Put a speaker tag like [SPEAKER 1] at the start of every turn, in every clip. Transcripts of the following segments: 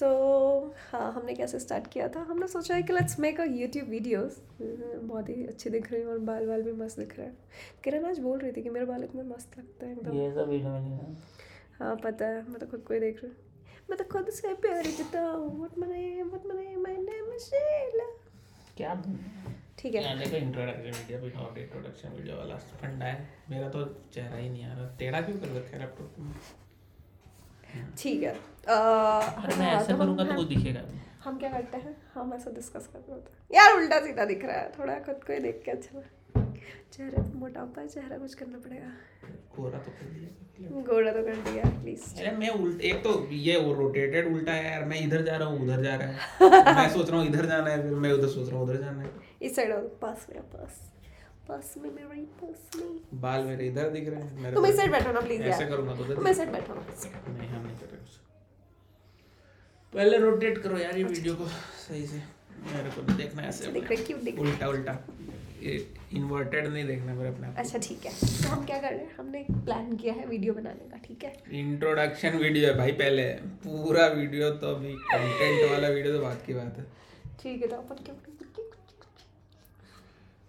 [SPEAKER 1] तो हाँ हमने कैसे स्टार्ट किया था हमने सोचा है कि let's make a YouTube videos hmm, बहुत ही अच्छे दिख रहे हैं और बाल बाल भी मस्त दिख रहे हैं किरण आज बोल रही थी कि मेरे बाल इतने मस्त लगते हैं एकदम
[SPEAKER 2] ये सब वीडियो में नहीं
[SPEAKER 1] हाँ पता है मैं तो खुद को ही देख रही हूँ मैं तो खुद से प्यार करता हूँ what my name what my name my name is Sheila
[SPEAKER 2] क्या
[SPEAKER 1] ठीक है
[SPEAKER 2] यार देखो इंट्रोडक्शन वीडियो भी और इंट्रोडक्शन वीडियो हाँ, वाला फंडा है मेरा तो चेहरा ही नहीं आ रहा तेरा क्यों कर रखा है लैपटॉप
[SPEAKER 1] हाँ,
[SPEAKER 2] में
[SPEAKER 1] ठीक है अह,
[SPEAKER 2] अरे मैं
[SPEAKER 1] हाँ,
[SPEAKER 2] ऐसा
[SPEAKER 1] तो हम-
[SPEAKER 2] करूंगा तो कुछ दिखेगा
[SPEAKER 1] हम क्या करते हैं हम ऐसा डिस्कस करते होते हैं यार उल्टा सीधा दिख रहा है थोड़ा खुद को ही देख के अच्छा लग- चेहरे पे मोटापा है चेहरा कुछ करना पड़ेगा
[SPEAKER 2] कोरा तो कर दिया
[SPEAKER 1] गोरा तो कर दिया प्लीज
[SPEAKER 2] अरे मैं उल्ट एक तो ये वो रोटेटेड उल्टा है यार मैं इधर जा रहा हूँ उधर जा रहा है मैं सोच रहा हूँ इधर जाना है फिर मैं उधर सोच रहा हूँ उधर जाना है
[SPEAKER 1] इस साइड हो पास मेरा पास पास में मेरा पास में
[SPEAKER 2] बाल मेरे इधर दिख रहे हैं मेरे
[SPEAKER 1] तुम इस
[SPEAKER 2] को-
[SPEAKER 1] साइड बैठो ना प्लीज
[SPEAKER 2] ऐसे
[SPEAKER 1] यार
[SPEAKER 2] करूंगा तो उधर
[SPEAKER 1] तुम इस साइड बैठो ना।
[SPEAKER 2] दिख- नहीं हम नहीं कर रहे कुछ पहले रोटेट करो यार ये
[SPEAKER 1] अच्छा,
[SPEAKER 2] वीडियो को सही से मेरे को नहीं देखना है ऐसे
[SPEAKER 1] दिख रहे क्यों दिख
[SPEAKER 2] उल्टा उल्टा ये इन्वर्टेड नहीं देखना मेरे अपने आप
[SPEAKER 1] अच्छा ठीक है तो हम क्या कर रहे हैं हमने एक प्लान किया है वीडियो बनाने का ठीक है
[SPEAKER 2] इंट्रोडक्शन वीडियो है भाई पहले पूरा वीडियो तो अभी कंटेंट वाला वीडियो तो बात की बात है
[SPEAKER 1] ठीक है तो अपन क्या करेंगे?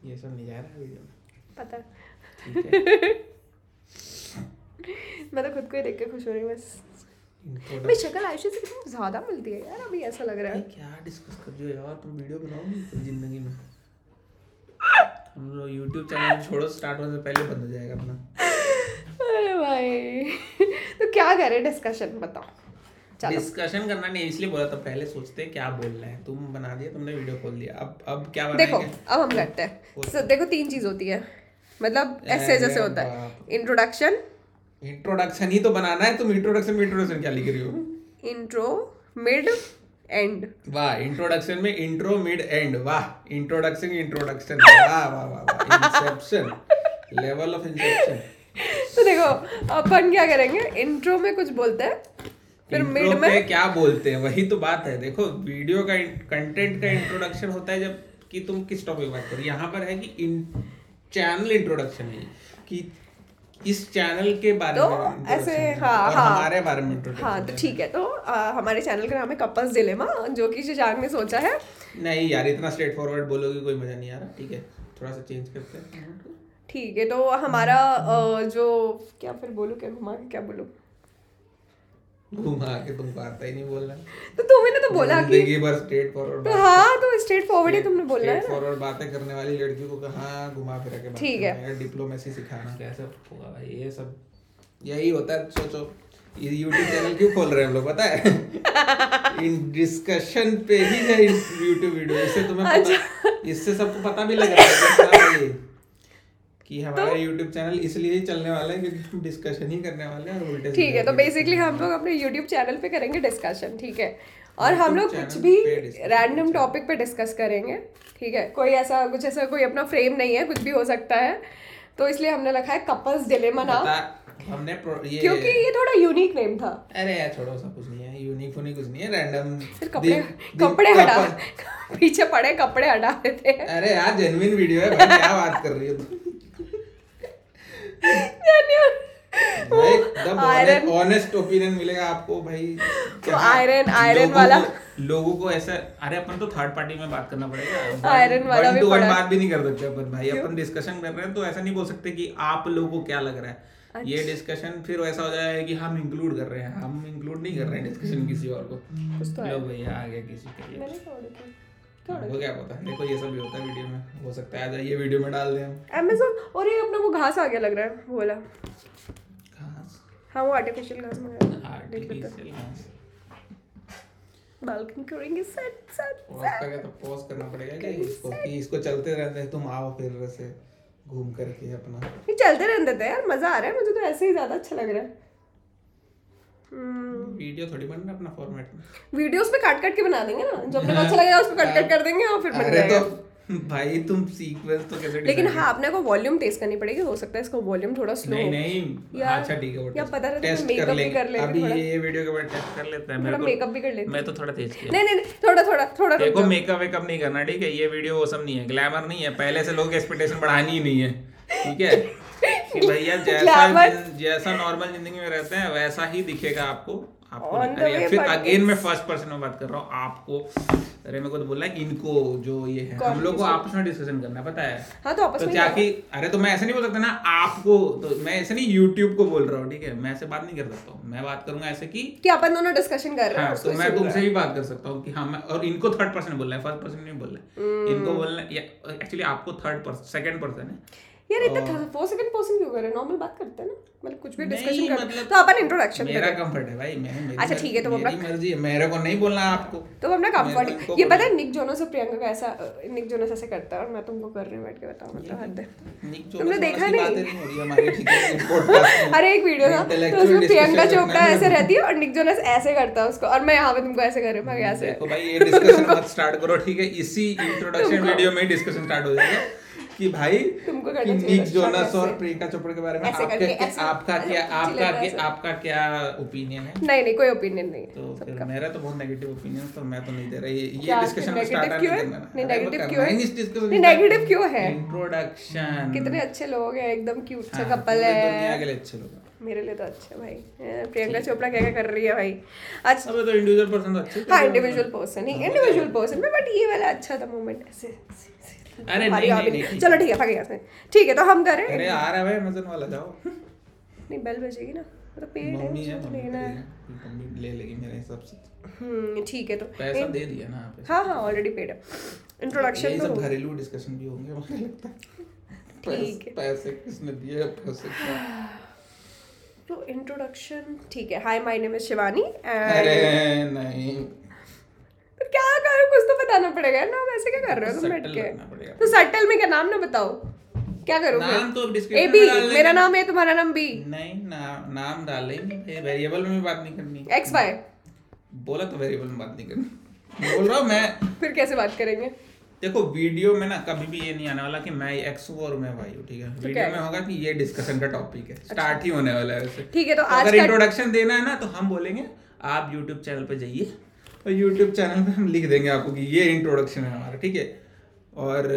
[SPEAKER 2] ये सब नहीं जा रहा है वीडियो में
[SPEAKER 1] पता है।
[SPEAKER 2] ठीक है
[SPEAKER 1] मैं तो खुद को ही देख के खुश हो रही हूँ बस
[SPEAKER 2] इंट्रोडक्शन
[SPEAKER 1] मेरी शक्ल आयुषी से कितनी ज्यादा मिलती है यार अभी ऐसा लग रहा
[SPEAKER 2] ये
[SPEAKER 1] है
[SPEAKER 2] क्या डिस्कस कर रहे हो यार तुम वीडियो बनाओगी अपनी जिंदगी में हम लोग यूट्यूब चैनल छोड़ो स्टार्ट होने से पहले बंद हो जाएगा अपना
[SPEAKER 1] अरे भाई तो क्या करे डिस्कशन बताओ चलो
[SPEAKER 2] डिस्कशन करना नहीं इसलिए बोला था पहले सोचते हैं क्या बोलना है तुम बना दिया तुमने वीडियो खोल दिया अब अब क्या
[SPEAKER 1] देखो
[SPEAKER 2] बनाएंगे
[SPEAKER 1] अब हम करते हैं So, देखो तीन चीज होती है मतलब ऐसे
[SPEAKER 2] अरे
[SPEAKER 1] जैसे होता है इंट्रोडक्शन
[SPEAKER 2] इंट्रोडक्शन ही तो बनाना है तुम इंट्रोडक्शन में इंट्रोडक्शन क्या लिख रही हो
[SPEAKER 1] इंट्रो मिड एंड
[SPEAKER 2] वाह इंट्रोडक्शन में इंट्रो मिड एंड वाह इंट्रोडक्शन इंट्रोडक्शन वाह वाह वाह वाह इंसेप्शन लेवल ऑफ इंसेप्शन
[SPEAKER 1] तो देखो अपन क्या करेंगे इंट्रो में कुछ बोलते हैं फिर मिड
[SPEAKER 2] Intro
[SPEAKER 1] में
[SPEAKER 2] पे क्या बोलते हैं वही तो बात है देखो वीडियो का कंटेंट का इंट्रोडक्शन होता है जब कि तुम किस टॉपिक बात करो यहाँ पर है कि इन चैनल इंट्रोडक्शन है कि इस चैनल के बारे
[SPEAKER 1] तो
[SPEAKER 2] में introduction
[SPEAKER 1] ऐसे,
[SPEAKER 2] है
[SPEAKER 1] हाँ,
[SPEAKER 2] और
[SPEAKER 1] हाँ।
[SPEAKER 2] हमारे बारे में introduction
[SPEAKER 1] हाँ तो ठीक है तो आ, हमारे चैनल का नाम है कपल्स डिलेमा जो कि शशांक ने सोचा है
[SPEAKER 2] है। नहीं यार इतना स्ट्रेट फॉरवर्ड बोलोगे कोई मजा नहीं आ रहा ठीक है थोड़ा सा चेंज करते हैं
[SPEAKER 1] ठीक है तो हमारा
[SPEAKER 2] हम्म।
[SPEAKER 1] आ, जो क्या फिर बोलूँ क्या घुमा के क्या बोलूँ
[SPEAKER 2] घुमा के तुमको आता ही नहीं बोलना
[SPEAKER 1] तो तुमने तो बोला कि
[SPEAKER 2] जिंदगी भर स्ट्रेट फॉरवर्ड
[SPEAKER 1] तो हाँ तो स्ट्रेट फॉरवर्ड ही तुमने बोला है
[SPEAKER 2] फॉरवर्ड बातें करने वाली लड़की को कहाँ घुमा फिरा के बात
[SPEAKER 1] ठीक
[SPEAKER 2] करना है डिप्लोमेसी सिखाना कैसे होगा भाई ये सब यही होता है सोचो ये यूट्यूब चैनल क्यों खोल रहे हैं हम लोग पता है इन डिस्कशन पे ही है यूट्यूब वीडियो इससे तुम्हें पता
[SPEAKER 1] अच्छा।
[SPEAKER 2] इससे सबको पता भी लग रहा है कि हाँ भाई,
[SPEAKER 1] तो-
[SPEAKER 2] कि हमारा यूट्यूब चैनल इसलिए ही चलने वाला है क्योंकि हम डिस्कशन ही करने वाले हैं और उल्टे
[SPEAKER 1] ठीक है तो बेसिकली हम लोग अपने यूट्यूब चैनल पे करेंगे डिस्कशन ठीक है और हम लोग
[SPEAKER 2] YouTube
[SPEAKER 1] कुछ
[SPEAKER 2] channel
[SPEAKER 1] भी
[SPEAKER 2] पे discussion,
[SPEAKER 1] रैंडम टॉपिक पे डिस्कस करेंगे ठीक है कोई ऐसा कुछ ऐसा कोई अपना फ्रेम नहीं है कुछ भी हो सकता है तो इसलिए हमने रखा है कपल्स डिलेमा नाम
[SPEAKER 2] बता- हमने pro- ये
[SPEAKER 1] क्योंकि ये थोड़ा यूनिक नेम था
[SPEAKER 2] अरे यार छोड़ो सब कुछ नहीं है यूनिक होने कुछ नहीं है रैंडम
[SPEAKER 1] फिर कपड़े कपड़े हटा पीछे पड़े कपड़े हटा देते हैं
[SPEAKER 2] अरे यार जेन्युइन वीडियो है भाई क्या बात कर रही हो तुम भाई एकदम
[SPEAKER 1] आयरन
[SPEAKER 2] ऑनेस्ट ओपिनियन मिलेगा आपको भाई क्या-
[SPEAKER 1] तो iron- iron
[SPEAKER 2] लोगों
[SPEAKER 1] वाला-
[SPEAKER 2] को- लोगों को ऐसा अरे अपन तो थर्ड पार्टी में बात करना पड़ेगा
[SPEAKER 1] Iron वाला भी
[SPEAKER 2] भी
[SPEAKER 1] पड़ा।
[SPEAKER 2] बात भी नहीं कर सकते अपन भाई अपन डिस्कशन कर रहे हैं तो ऐसा नहीं बोल सकते कि आप लोगों को क्या लग रहा है ये
[SPEAKER 1] अच्छा।
[SPEAKER 2] डिस्कशन फिर वैसा हो जाएगा कि हम इंक्लूड कर रहे हैं हम इंक्लूड नहीं कर रहे हैं डिस्कशन किसी और को
[SPEAKER 1] कुछ तो है।
[SPEAKER 2] लो भैया आ गया किसी का ये।
[SPEAKER 1] मैंने छोड़ दिया
[SPEAKER 2] वो क्या पता देखो ये सब भी होता है वीडियो में हो सकता है आज ये वीडियो में डाल दें हम
[SPEAKER 1] अमेजोन और ये अपना वो घास आ गया लग रहा है बोला
[SPEAKER 2] घास
[SPEAKER 1] हाँ वो आर्टिफिशियल घास मंगाया
[SPEAKER 2] आर्टिफिशियल घास
[SPEAKER 1] बालकनी करेंगे सेट सेट
[SPEAKER 2] और आपका क्या तो पॉज करना पड़ेगा कि इसको कि इसको चलते रहते हैं तुम आओ फिर से घूम करके अपना
[SPEAKER 1] ये चलते रहने देते हैं यार मजा आ रहा है मुझे तो ऐसे ही ज्यादा अच्छा लग रहा है
[SPEAKER 2] वीडियो थोड़ी बनना अपना फॉर्मेट में
[SPEAKER 1] वीडियोस पे काट काट के बना देंगे ना जो अपने को अच्छा लगेगा उसको काट काट कर देंगे और फिर बन
[SPEAKER 2] अरे
[SPEAKER 1] जाएगा
[SPEAKER 2] तो भाई तुम सीक्वेंस तो कैसे
[SPEAKER 1] लेकिन
[SPEAKER 2] decide-
[SPEAKER 1] हाँ अपने को वॉल्यूम तेज करनी पड़ेगी हो सकता है इसका वॉल्यूम थोड़ा स्लो
[SPEAKER 2] नहीं नहीं
[SPEAKER 1] यार-
[SPEAKER 2] अच्छा ठीक है वो
[SPEAKER 1] या
[SPEAKER 2] test-
[SPEAKER 1] पता रहता तो
[SPEAKER 2] test
[SPEAKER 1] makeup भी
[SPEAKER 2] लेंगे।
[SPEAKER 1] कर लेते
[SPEAKER 2] अभी
[SPEAKER 1] थोड़ा।
[SPEAKER 2] ये ये वीडियो के बाद टेस्ट कर लेते हैं
[SPEAKER 1] थोड़ा
[SPEAKER 2] मेरे को
[SPEAKER 1] मेकअप भी कर लेते
[SPEAKER 2] मैं तो थोड़ा तेज किया
[SPEAKER 1] नहीं नहीं नहीं थोड़ा थोड़ा थोड़ा रुक
[SPEAKER 2] देखो मेकअप वेकअप नहीं करना ठीक है ये वीडियो वो सब नहीं है ग्लैमर नहीं है पहले से लोग एक्सपेक्टेशन बढ़ानी ही नहीं है ठीक है कि भैया जैसा
[SPEAKER 1] Glamour।
[SPEAKER 2] जैसा नॉर्मल जिंदगी में रहते हैं वैसा ही दिखेगा आपको आपको
[SPEAKER 1] On the
[SPEAKER 2] अरे
[SPEAKER 1] way,
[SPEAKER 2] फिर
[SPEAKER 1] but
[SPEAKER 2] अगेन मैं
[SPEAKER 1] it's-
[SPEAKER 2] फर्स्ट पर्सन में बात कर रहा हूँ आपको अरे मेरे को तो बोलना है इनको जो ये है हम लोग को
[SPEAKER 1] Competition.
[SPEAKER 2] आपस में डिस्कशन करना है, पता है
[SPEAKER 1] हाँ तो आपस
[SPEAKER 2] तो
[SPEAKER 1] में
[SPEAKER 2] जाके अरे तो मैं ऐसे नहीं बोल सकता ना आपको तो मैं ऐसे नहीं यूट्यूब को बोल रहा हूँ ठीक है मैं ऐसे बात नहीं कर सकता हूँ मैं बात करूंगा ऐसे कि
[SPEAKER 1] कि अपन दोनों डिस्कशन कर रहे हैं
[SPEAKER 2] हाँ
[SPEAKER 1] उसको
[SPEAKER 2] तो
[SPEAKER 1] ही
[SPEAKER 2] मैं
[SPEAKER 1] सुन रहा
[SPEAKER 2] तुमसे भी बात कर सकता हूँ कि हाँ मैं और इनको थर्ड पर्सन बोलना है फर्स्ट पर्सन नहीं बोलना
[SPEAKER 1] हम्म।
[SPEAKER 2] है इनको बोलना है एक्चुअली आपको थर्ड पर्सन सेकंड पर्सन है
[SPEAKER 1] है। यार इतना फोर सेकंड पर्सन क्यों कर रहे नॉर्मल बात करते हैं ना मतलब कुछ भी
[SPEAKER 2] हाँ। नहीं,
[SPEAKER 1] डिस्कशन करते
[SPEAKER 2] मतलब-
[SPEAKER 1] तो अपन इंट्रोडक्शन
[SPEAKER 2] मेरा कंफर्ट है भाई मैं मेरी
[SPEAKER 1] अच्छा, ठीक है, तो वो
[SPEAKER 2] मेरी मर्जी है मेरे को नहीं बोलना है आपको
[SPEAKER 1] तो अपना
[SPEAKER 2] मेरे को इनको
[SPEAKER 1] कंफर्ट ये
[SPEAKER 2] बोलना
[SPEAKER 1] पता है निक जोनस और प्रियंका का ऐसा अ, निक जोनस ऐसे करता है और मैं तुमको कर रही हूँ बैठ के बताओ मतलब
[SPEAKER 2] हम्म।
[SPEAKER 1] हद है
[SPEAKER 2] निक
[SPEAKER 1] तुमने
[SPEAKER 2] जोनस
[SPEAKER 1] देखा
[SPEAKER 2] की
[SPEAKER 1] नहीं?
[SPEAKER 2] बातें नहीं हो रही हमारी ठीक है पॉडकास्ट में
[SPEAKER 1] अरे एक वीडियो था तो
[SPEAKER 2] Intellectual
[SPEAKER 1] उसमें प्रियंका
[SPEAKER 2] discussion
[SPEAKER 1] चोपड़ा
[SPEAKER 2] करना है।
[SPEAKER 1] ऐसे रहती है और निक जोनस ऐसे करता है उसको और मैं यहाँ पे तुमको ऐसे कर रही हूँ मैं ऐसे
[SPEAKER 2] देखो भाई ये डिस्कशन मत स्टार्ट करो ठीक है इसी इंट्रोडक्शन वीडियो में डिस्कशन स्टार्ट हो जाएगा कि भाई
[SPEAKER 1] तुमको
[SPEAKER 2] कि
[SPEAKER 1] करना चाहिए
[SPEAKER 2] निक
[SPEAKER 1] था,
[SPEAKER 2] जोनस
[SPEAKER 1] ऐसे।
[SPEAKER 2] और प्रियंका चोपड़ा के बारे में
[SPEAKER 1] ऐसे
[SPEAKER 2] आपका
[SPEAKER 1] करके,
[SPEAKER 2] क्या
[SPEAKER 1] ऐसे,
[SPEAKER 2] आपका
[SPEAKER 1] ऐसे
[SPEAKER 2] क्या
[SPEAKER 1] कुछ
[SPEAKER 2] आपका
[SPEAKER 1] लगा
[SPEAKER 2] क्या
[SPEAKER 1] ऐसे।
[SPEAKER 2] आपका क्या ओपिनियन है
[SPEAKER 1] नहीं नहीं कोई ओपिनियन नहीं है
[SPEAKER 2] तो फिर मेरा तो बहुत नेगेटिव ओपिनियन तो मैं तो नहीं दे रहा ये ये
[SPEAKER 1] क्या
[SPEAKER 2] डिस्कशन
[SPEAKER 1] negative
[SPEAKER 2] स्टार्ट
[SPEAKER 1] क्यों है?
[SPEAKER 2] करना
[SPEAKER 1] नहीं,
[SPEAKER 2] अरे
[SPEAKER 1] negative
[SPEAKER 2] बता,
[SPEAKER 1] क्यों है?
[SPEAKER 2] मैं इस चीज़ को-
[SPEAKER 1] नहीं, negative क्यों है?
[SPEAKER 2] इंट्रोडक्शन
[SPEAKER 1] कितने अच्छे लोग हैं एकदम क्यूट सा
[SPEAKER 2] हम्म। हाँ,
[SPEAKER 1] कपल
[SPEAKER 2] पूरे
[SPEAKER 1] है
[SPEAKER 2] दुनिया के लिए अच्छे लोग हैं।
[SPEAKER 1] मेरे लिए तो अच्छा है भाई यार, प्रियंका चोपड़ा क्या क्या कर रही है भाई अच्छा
[SPEAKER 2] अबे तो इंडिविजुअल पर्सन तो अच्छे थे।
[SPEAKER 1] हाँ इंडिविजुअल पर्सन ही इंडिविजुअल पर्सन में बट ये वाला अच्छा था मोमेंट ऐसे ऐसे- ऐसे-
[SPEAKER 2] अरे
[SPEAKER 1] भारी
[SPEAKER 2] नहीं,
[SPEAKER 1] आगे-
[SPEAKER 2] नहीं, नहीं।
[SPEAKER 1] चलो ठीक है भाग गया उसने। ठीक है तो हम करें
[SPEAKER 2] अरे आ रहा है भाई तो अमेजन वाला जाओ
[SPEAKER 1] नहीं बेल बजेगी ना वो तो पेड़ है
[SPEAKER 2] मम्मी है
[SPEAKER 1] उसको तो
[SPEAKER 2] मम्मी
[SPEAKER 1] लेना है
[SPEAKER 2] है मम्मी ले लेगी मेरे हिसाब से
[SPEAKER 1] हम्म, ठीक है तो
[SPEAKER 2] पैसा दे दिया ना पे
[SPEAKER 1] हाँ हाँ ऑलरेडी पेड है इंट्रोडक्शन
[SPEAKER 2] यही
[SPEAKER 1] तो
[SPEAKER 2] सब
[SPEAKER 1] हो गया।
[SPEAKER 2] घरेलू डिस्कशन भी होंगे मुझे लगता है
[SPEAKER 1] ठीक
[SPEAKER 2] पैस- पैसे किसने दिए पैसे क्या
[SPEAKER 1] तो इंट्रोडक्शन ठीक है hi my name is Shivani
[SPEAKER 2] अरे
[SPEAKER 1] एंड
[SPEAKER 2] नहीं
[SPEAKER 1] तो क्या करो कुछ तो बताना पड़ेगा ना अब ऐसे क्या कर रहे हो तुम बैठ
[SPEAKER 2] Settle
[SPEAKER 1] के
[SPEAKER 2] करना पड़ेगा।
[SPEAKER 1] तो सटल में क्या नाम ना बताओ क्या करोगे
[SPEAKER 2] नाम तो अब
[SPEAKER 1] ए
[SPEAKER 2] description
[SPEAKER 1] बी
[SPEAKER 2] में डाल
[SPEAKER 1] मेरा
[SPEAKER 2] देंगे।
[SPEAKER 1] नाम है तुम्हारा नाम बी
[SPEAKER 2] नहीं ना, नाम डालेंगे वेरिएबल में भी बात नहीं करनी
[SPEAKER 1] एक्स वाई
[SPEAKER 2] बोला तो वेरिएबल में बात नहीं करनी बोल रहा हूँ मैं
[SPEAKER 1] फिर कैसे बात करेंगे
[SPEAKER 2] देखो वीडियो में ना कभी भी ये नहीं आने वाला कि मैं एक्स हूँ और मैं वाई हूँ ठीक है वीडियो
[SPEAKER 1] है।
[SPEAKER 2] में होगा कि ये डिस्कशन का टॉपिक है
[SPEAKER 1] अच्छा।
[SPEAKER 2] स्टार्ट ही होने वाला है वैसे
[SPEAKER 1] ठीक है, तो आज
[SPEAKER 2] अगर
[SPEAKER 1] का-
[SPEAKER 2] इंट्रोडक्शन देना है ना तो हम बोलेंगे आप यूट्यूब चैनल पे जाइए और यूट्यूब चैनल पे हम लिख देंगे आपको कि ये इंट्रोडक्शन है हमारा ठीक है और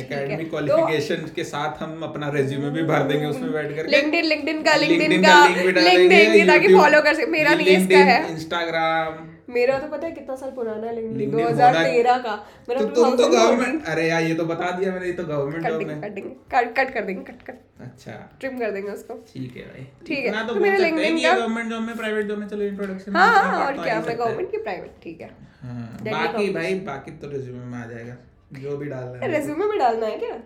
[SPEAKER 2] एकेडमिक
[SPEAKER 1] तो-
[SPEAKER 2] क्वालिफिकेशन के साथ हम अपना रेज्यूमे भी भर देंगे उसमें बैठ करके
[SPEAKER 1] लिंक्डइन लिंक्डइन का लिंक्डइन
[SPEAKER 2] LinkedIn
[SPEAKER 1] का
[SPEAKER 2] link भी डालेंगे,
[SPEAKER 1] लिंक देंगे ताकि
[SPEAKER 2] YouTube,
[SPEAKER 1] फॉलो कर सके मेरा नहीं है, इसका
[SPEAKER 2] LinkedIn,
[SPEAKER 1] है
[SPEAKER 2] Instagram
[SPEAKER 1] मेरा तो पता है कितना साल पुराना है लिंक्डइन
[SPEAKER 2] LinkedIn
[SPEAKER 1] 2013
[SPEAKER 2] होना-
[SPEAKER 1] का मेरा
[SPEAKER 2] तो तुम तो गवर्नमेंट अरे यार ये तो बता दिया मैंने ये तो गवर्नमेंट
[SPEAKER 1] कट
[SPEAKER 2] जॉब
[SPEAKER 1] देंगे
[SPEAKER 2] है
[SPEAKER 1] कट देंगे कट कट कर देंगे कट कट
[SPEAKER 2] अच्छा
[SPEAKER 1] ट्रिम कर देंगे उसको
[SPEAKER 2] ठीक है भाई
[SPEAKER 1] ठीक है,
[SPEAKER 2] इतना
[SPEAKER 1] तो
[SPEAKER 2] बोल
[SPEAKER 1] मेरा
[SPEAKER 2] सकते हैं
[SPEAKER 1] LinkedIn
[SPEAKER 2] कि ये
[SPEAKER 1] का-
[SPEAKER 2] गवर्नमेंट जॉब में प्राइवेट जॉब में चलो इंट्रोडक्शन
[SPEAKER 1] हाँ हाँ और क्या मैं गवर्नमेंट की प्राइवेट ठीक है Then we
[SPEAKER 2] हाँ। बाकी
[SPEAKER 1] publish.
[SPEAKER 2] भाई बाकी तो रिज्यूमे में आ जाएगा जो भी डालना है
[SPEAKER 1] रेज्यूमे में डालना है क्या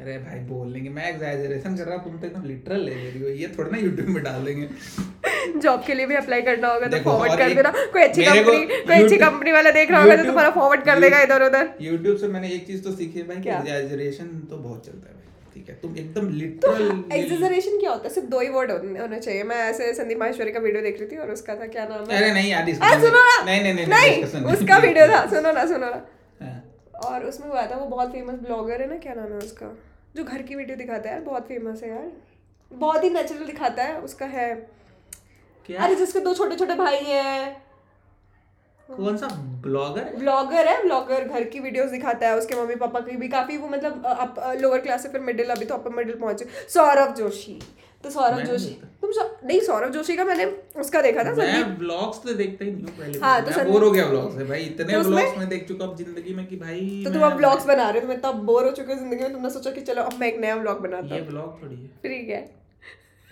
[SPEAKER 2] अरे भाई बोल लेंगे मैं एग्जैजरेशन कर रहा हूँ तुम तो एकदम लिटरल ले ले रही हो ये थोड़ा ना यूट्यूब में डाल देंगे
[SPEAKER 1] जॉब के लिए भी अप्लाई करना होगा तो
[SPEAKER 2] देखो,
[SPEAKER 1] फॉरवर्ड
[SPEAKER 2] और
[SPEAKER 1] कर
[SPEAKER 2] एक-
[SPEAKER 1] देना कोई अच्छी
[SPEAKER 2] मेरे को
[SPEAKER 1] कंपनी कोई अच्छी
[SPEAKER 2] YouTube-
[SPEAKER 1] कंपनी वाला देख रहा होगा तो
[SPEAKER 2] YouTube-
[SPEAKER 1] तुम्हारा फॉरवर्ड कर देगा इधर उधर
[SPEAKER 2] यूट्यूब से मैंने एक चीज तो सीखी है भाई कि
[SPEAKER 1] क्या?
[SPEAKER 2] एग्जैजरेशन तो बहुत चलता है भाई ठीक है तुम एकदम
[SPEAKER 1] तो
[SPEAKER 2] लिटरल
[SPEAKER 1] एग्जरेशन क्या होता है सिर्फ दो ही वर्ड होने चाहिए मैं ऐसे संदीप माहेश्वरी का वीडियो देख रही थी और उसका था क्या नाम है
[SPEAKER 2] अरे नहीं यार, discussion
[SPEAKER 1] अरे सुनो ना
[SPEAKER 2] नहीं, नहीं, नहीं, discussion नहीं।
[SPEAKER 1] उसका वीडियो था सुनो ना सुनो ना
[SPEAKER 2] हाँ।
[SPEAKER 1] और उसमें हुआ था वो बहुत फेमस ब्लॉगर है ना क्या नाम है उसका जो घर की वीडियो दिखाता है यार बहुत फेमस है यार बहुत ही नेचुरल दिखाता है उसका है
[SPEAKER 2] क्या
[SPEAKER 1] अरे जिसके दो छोटे छोटे भाई हैं
[SPEAKER 2] कौन सा ब्लॉगर है
[SPEAKER 1] ब्लॉगर है ब्लॉगर घर की वीडियोस दिखाता है उसके मम्मी पापा की भी काफी वो मतलब अ, अप लोअर क्लास से फिर मिडिल अभी तो अपर मिडिल पहुंचे सौरभ जोशी तो सौरभ
[SPEAKER 2] मैं नहीं
[SPEAKER 1] जोशी तुम सौ- नहीं सौरभ जोशी का मैंने उसका देखा था संदीप
[SPEAKER 2] मैं ब्लॉग्स तो देखता ही नहीं हूँ पहले
[SPEAKER 1] हाँ, तो
[SPEAKER 2] मैं
[SPEAKER 1] सर-
[SPEAKER 2] बोर हो गया ब्लॉग्स से भाई इतने
[SPEAKER 1] तो उसमें-
[SPEAKER 2] ब्लॉग्स मैं देख चुका हूँ जिंदगी में कि भाई
[SPEAKER 1] तो
[SPEAKER 2] मैं-
[SPEAKER 1] तुम अब ब्लॉग्स बना रहे हो तुम इतना बोर हो चुके हो जिंदगी में तुमने सोचा कि चलो अब मैं एक नया ब्लॉग बनाता
[SPEAKER 2] ये
[SPEAKER 1] हूँ
[SPEAKER 2] ब्लॉग थोड़ी है
[SPEAKER 1] ठीक है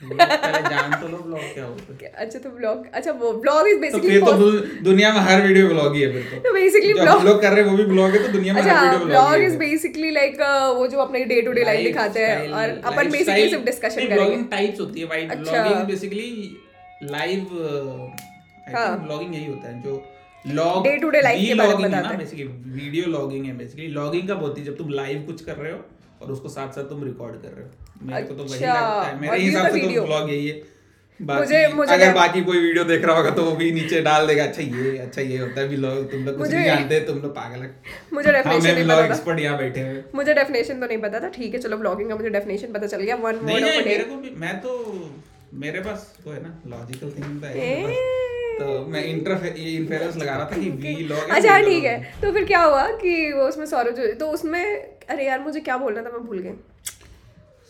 [SPEAKER 2] ये पहले जान तो लो ब्लॉग क्या होता है
[SPEAKER 1] क्या- अच्छा तो ब्लॉग अच्छा वो ब्लॉग इज
[SPEAKER 2] तो फिर
[SPEAKER 1] बेसिकली
[SPEAKER 2] तो दु- दुनिया में हर वीडियो ब्लॉग ही है फिर तो
[SPEAKER 1] तो बेसिकली
[SPEAKER 2] जो हम
[SPEAKER 1] ब्लॉग
[SPEAKER 2] लोग कर रहे हैं वो भी ब्लॉग है तो दुनिया में
[SPEAKER 1] अच्छा
[SPEAKER 2] हर video
[SPEAKER 1] blog
[SPEAKER 2] blog
[SPEAKER 1] is basically like uh, वो जो अपने डे टू डे लाइफ दिखाते हैं और अपन बेसिकली सिर्फ डिस्कशन करेंगे
[SPEAKER 2] ब्लॉगिंग टाइप्स होती है भाई
[SPEAKER 1] अच्छा।
[SPEAKER 2] Blogging basically live uh, I
[SPEAKER 1] हाँ।
[SPEAKER 2] थिंक ब्लॉगिंग यही होता है जो log
[SPEAKER 1] Day to day life के बारे में बताते
[SPEAKER 2] ना बेसिकली वीडियो लॉगिंग है बेसिकली लॉगिंग कब होती है जब तुम लाइव कुछ कर रहे हो और उसको साथ साथ तुम रिकॉर्ड कर रहे हो मेरे को तो वही
[SPEAKER 1] अच्छा,
[SPEAKER 2] लगता है
[SPEAKER 1] और
[SPEAKER 2] मेरे
[SPEAKER 1] ये
[SPEAKER 2] हिसाब
[SPEAKER 1] तो
[SPEAKER 2] से
[SPEAKER 1] video।
[SPEAKER 2] तो ब्लॉग यही है
[SPEAKER 1] मुझे-
[SPEAKER 2] बाकी
[SPEAKER 1] मुझे
[SPEAKER 2] अगर
[SPEAKER 1] क्या-
[SPEAKER 2] बाकी कोई वीडियो देख रहा होगा तो वो भी नीचे डाल देगा अच्छा ये अच्छा ये होता है व्लॉग तुम लोग कुछ नहीं
[SPEAKER 1] मुझे-
[SPEAKER 2] जानते तुम लोग पागल हाँ, है
[SPEAKER 1] मुझे
[SPEAKER 2] हम
[SPEAKER 1] डेफिनेशन नहीं
[SPEAKER 2] व्लॉग
[SPEAKER 1] पता था
[SPEAKER 2] एक्सपर्ट यहाँ बैठे हैं
[SPEAKER 1] मुझे डेफिनेशन तो नहीं पता था ठीक है चलो ब्लॉगिंग का मुझे डेफिनेशन पता चल गया वन
[SPEAKER 2] नहीं
[SPEAKER 1] वर्ड
[SPEAKER 2] नहीं
[SPEAKER 1] ऑफ
[SPEAKER 2] मेरे को भी मैं तो मेरे पास वो है ना लॉजिकल थिंकिंग तो है मेरे पास। तो मैं इंटरफे ये inference लगा रहा था कि वी लॉग
[SPEAKER 1] अच्छा हाँ, ठीक है तो फिर क्या हुआ कि वो उसमें सौरभ जो तो उसमें अरे यार मुझे क्या बोलना था मैं भूल गई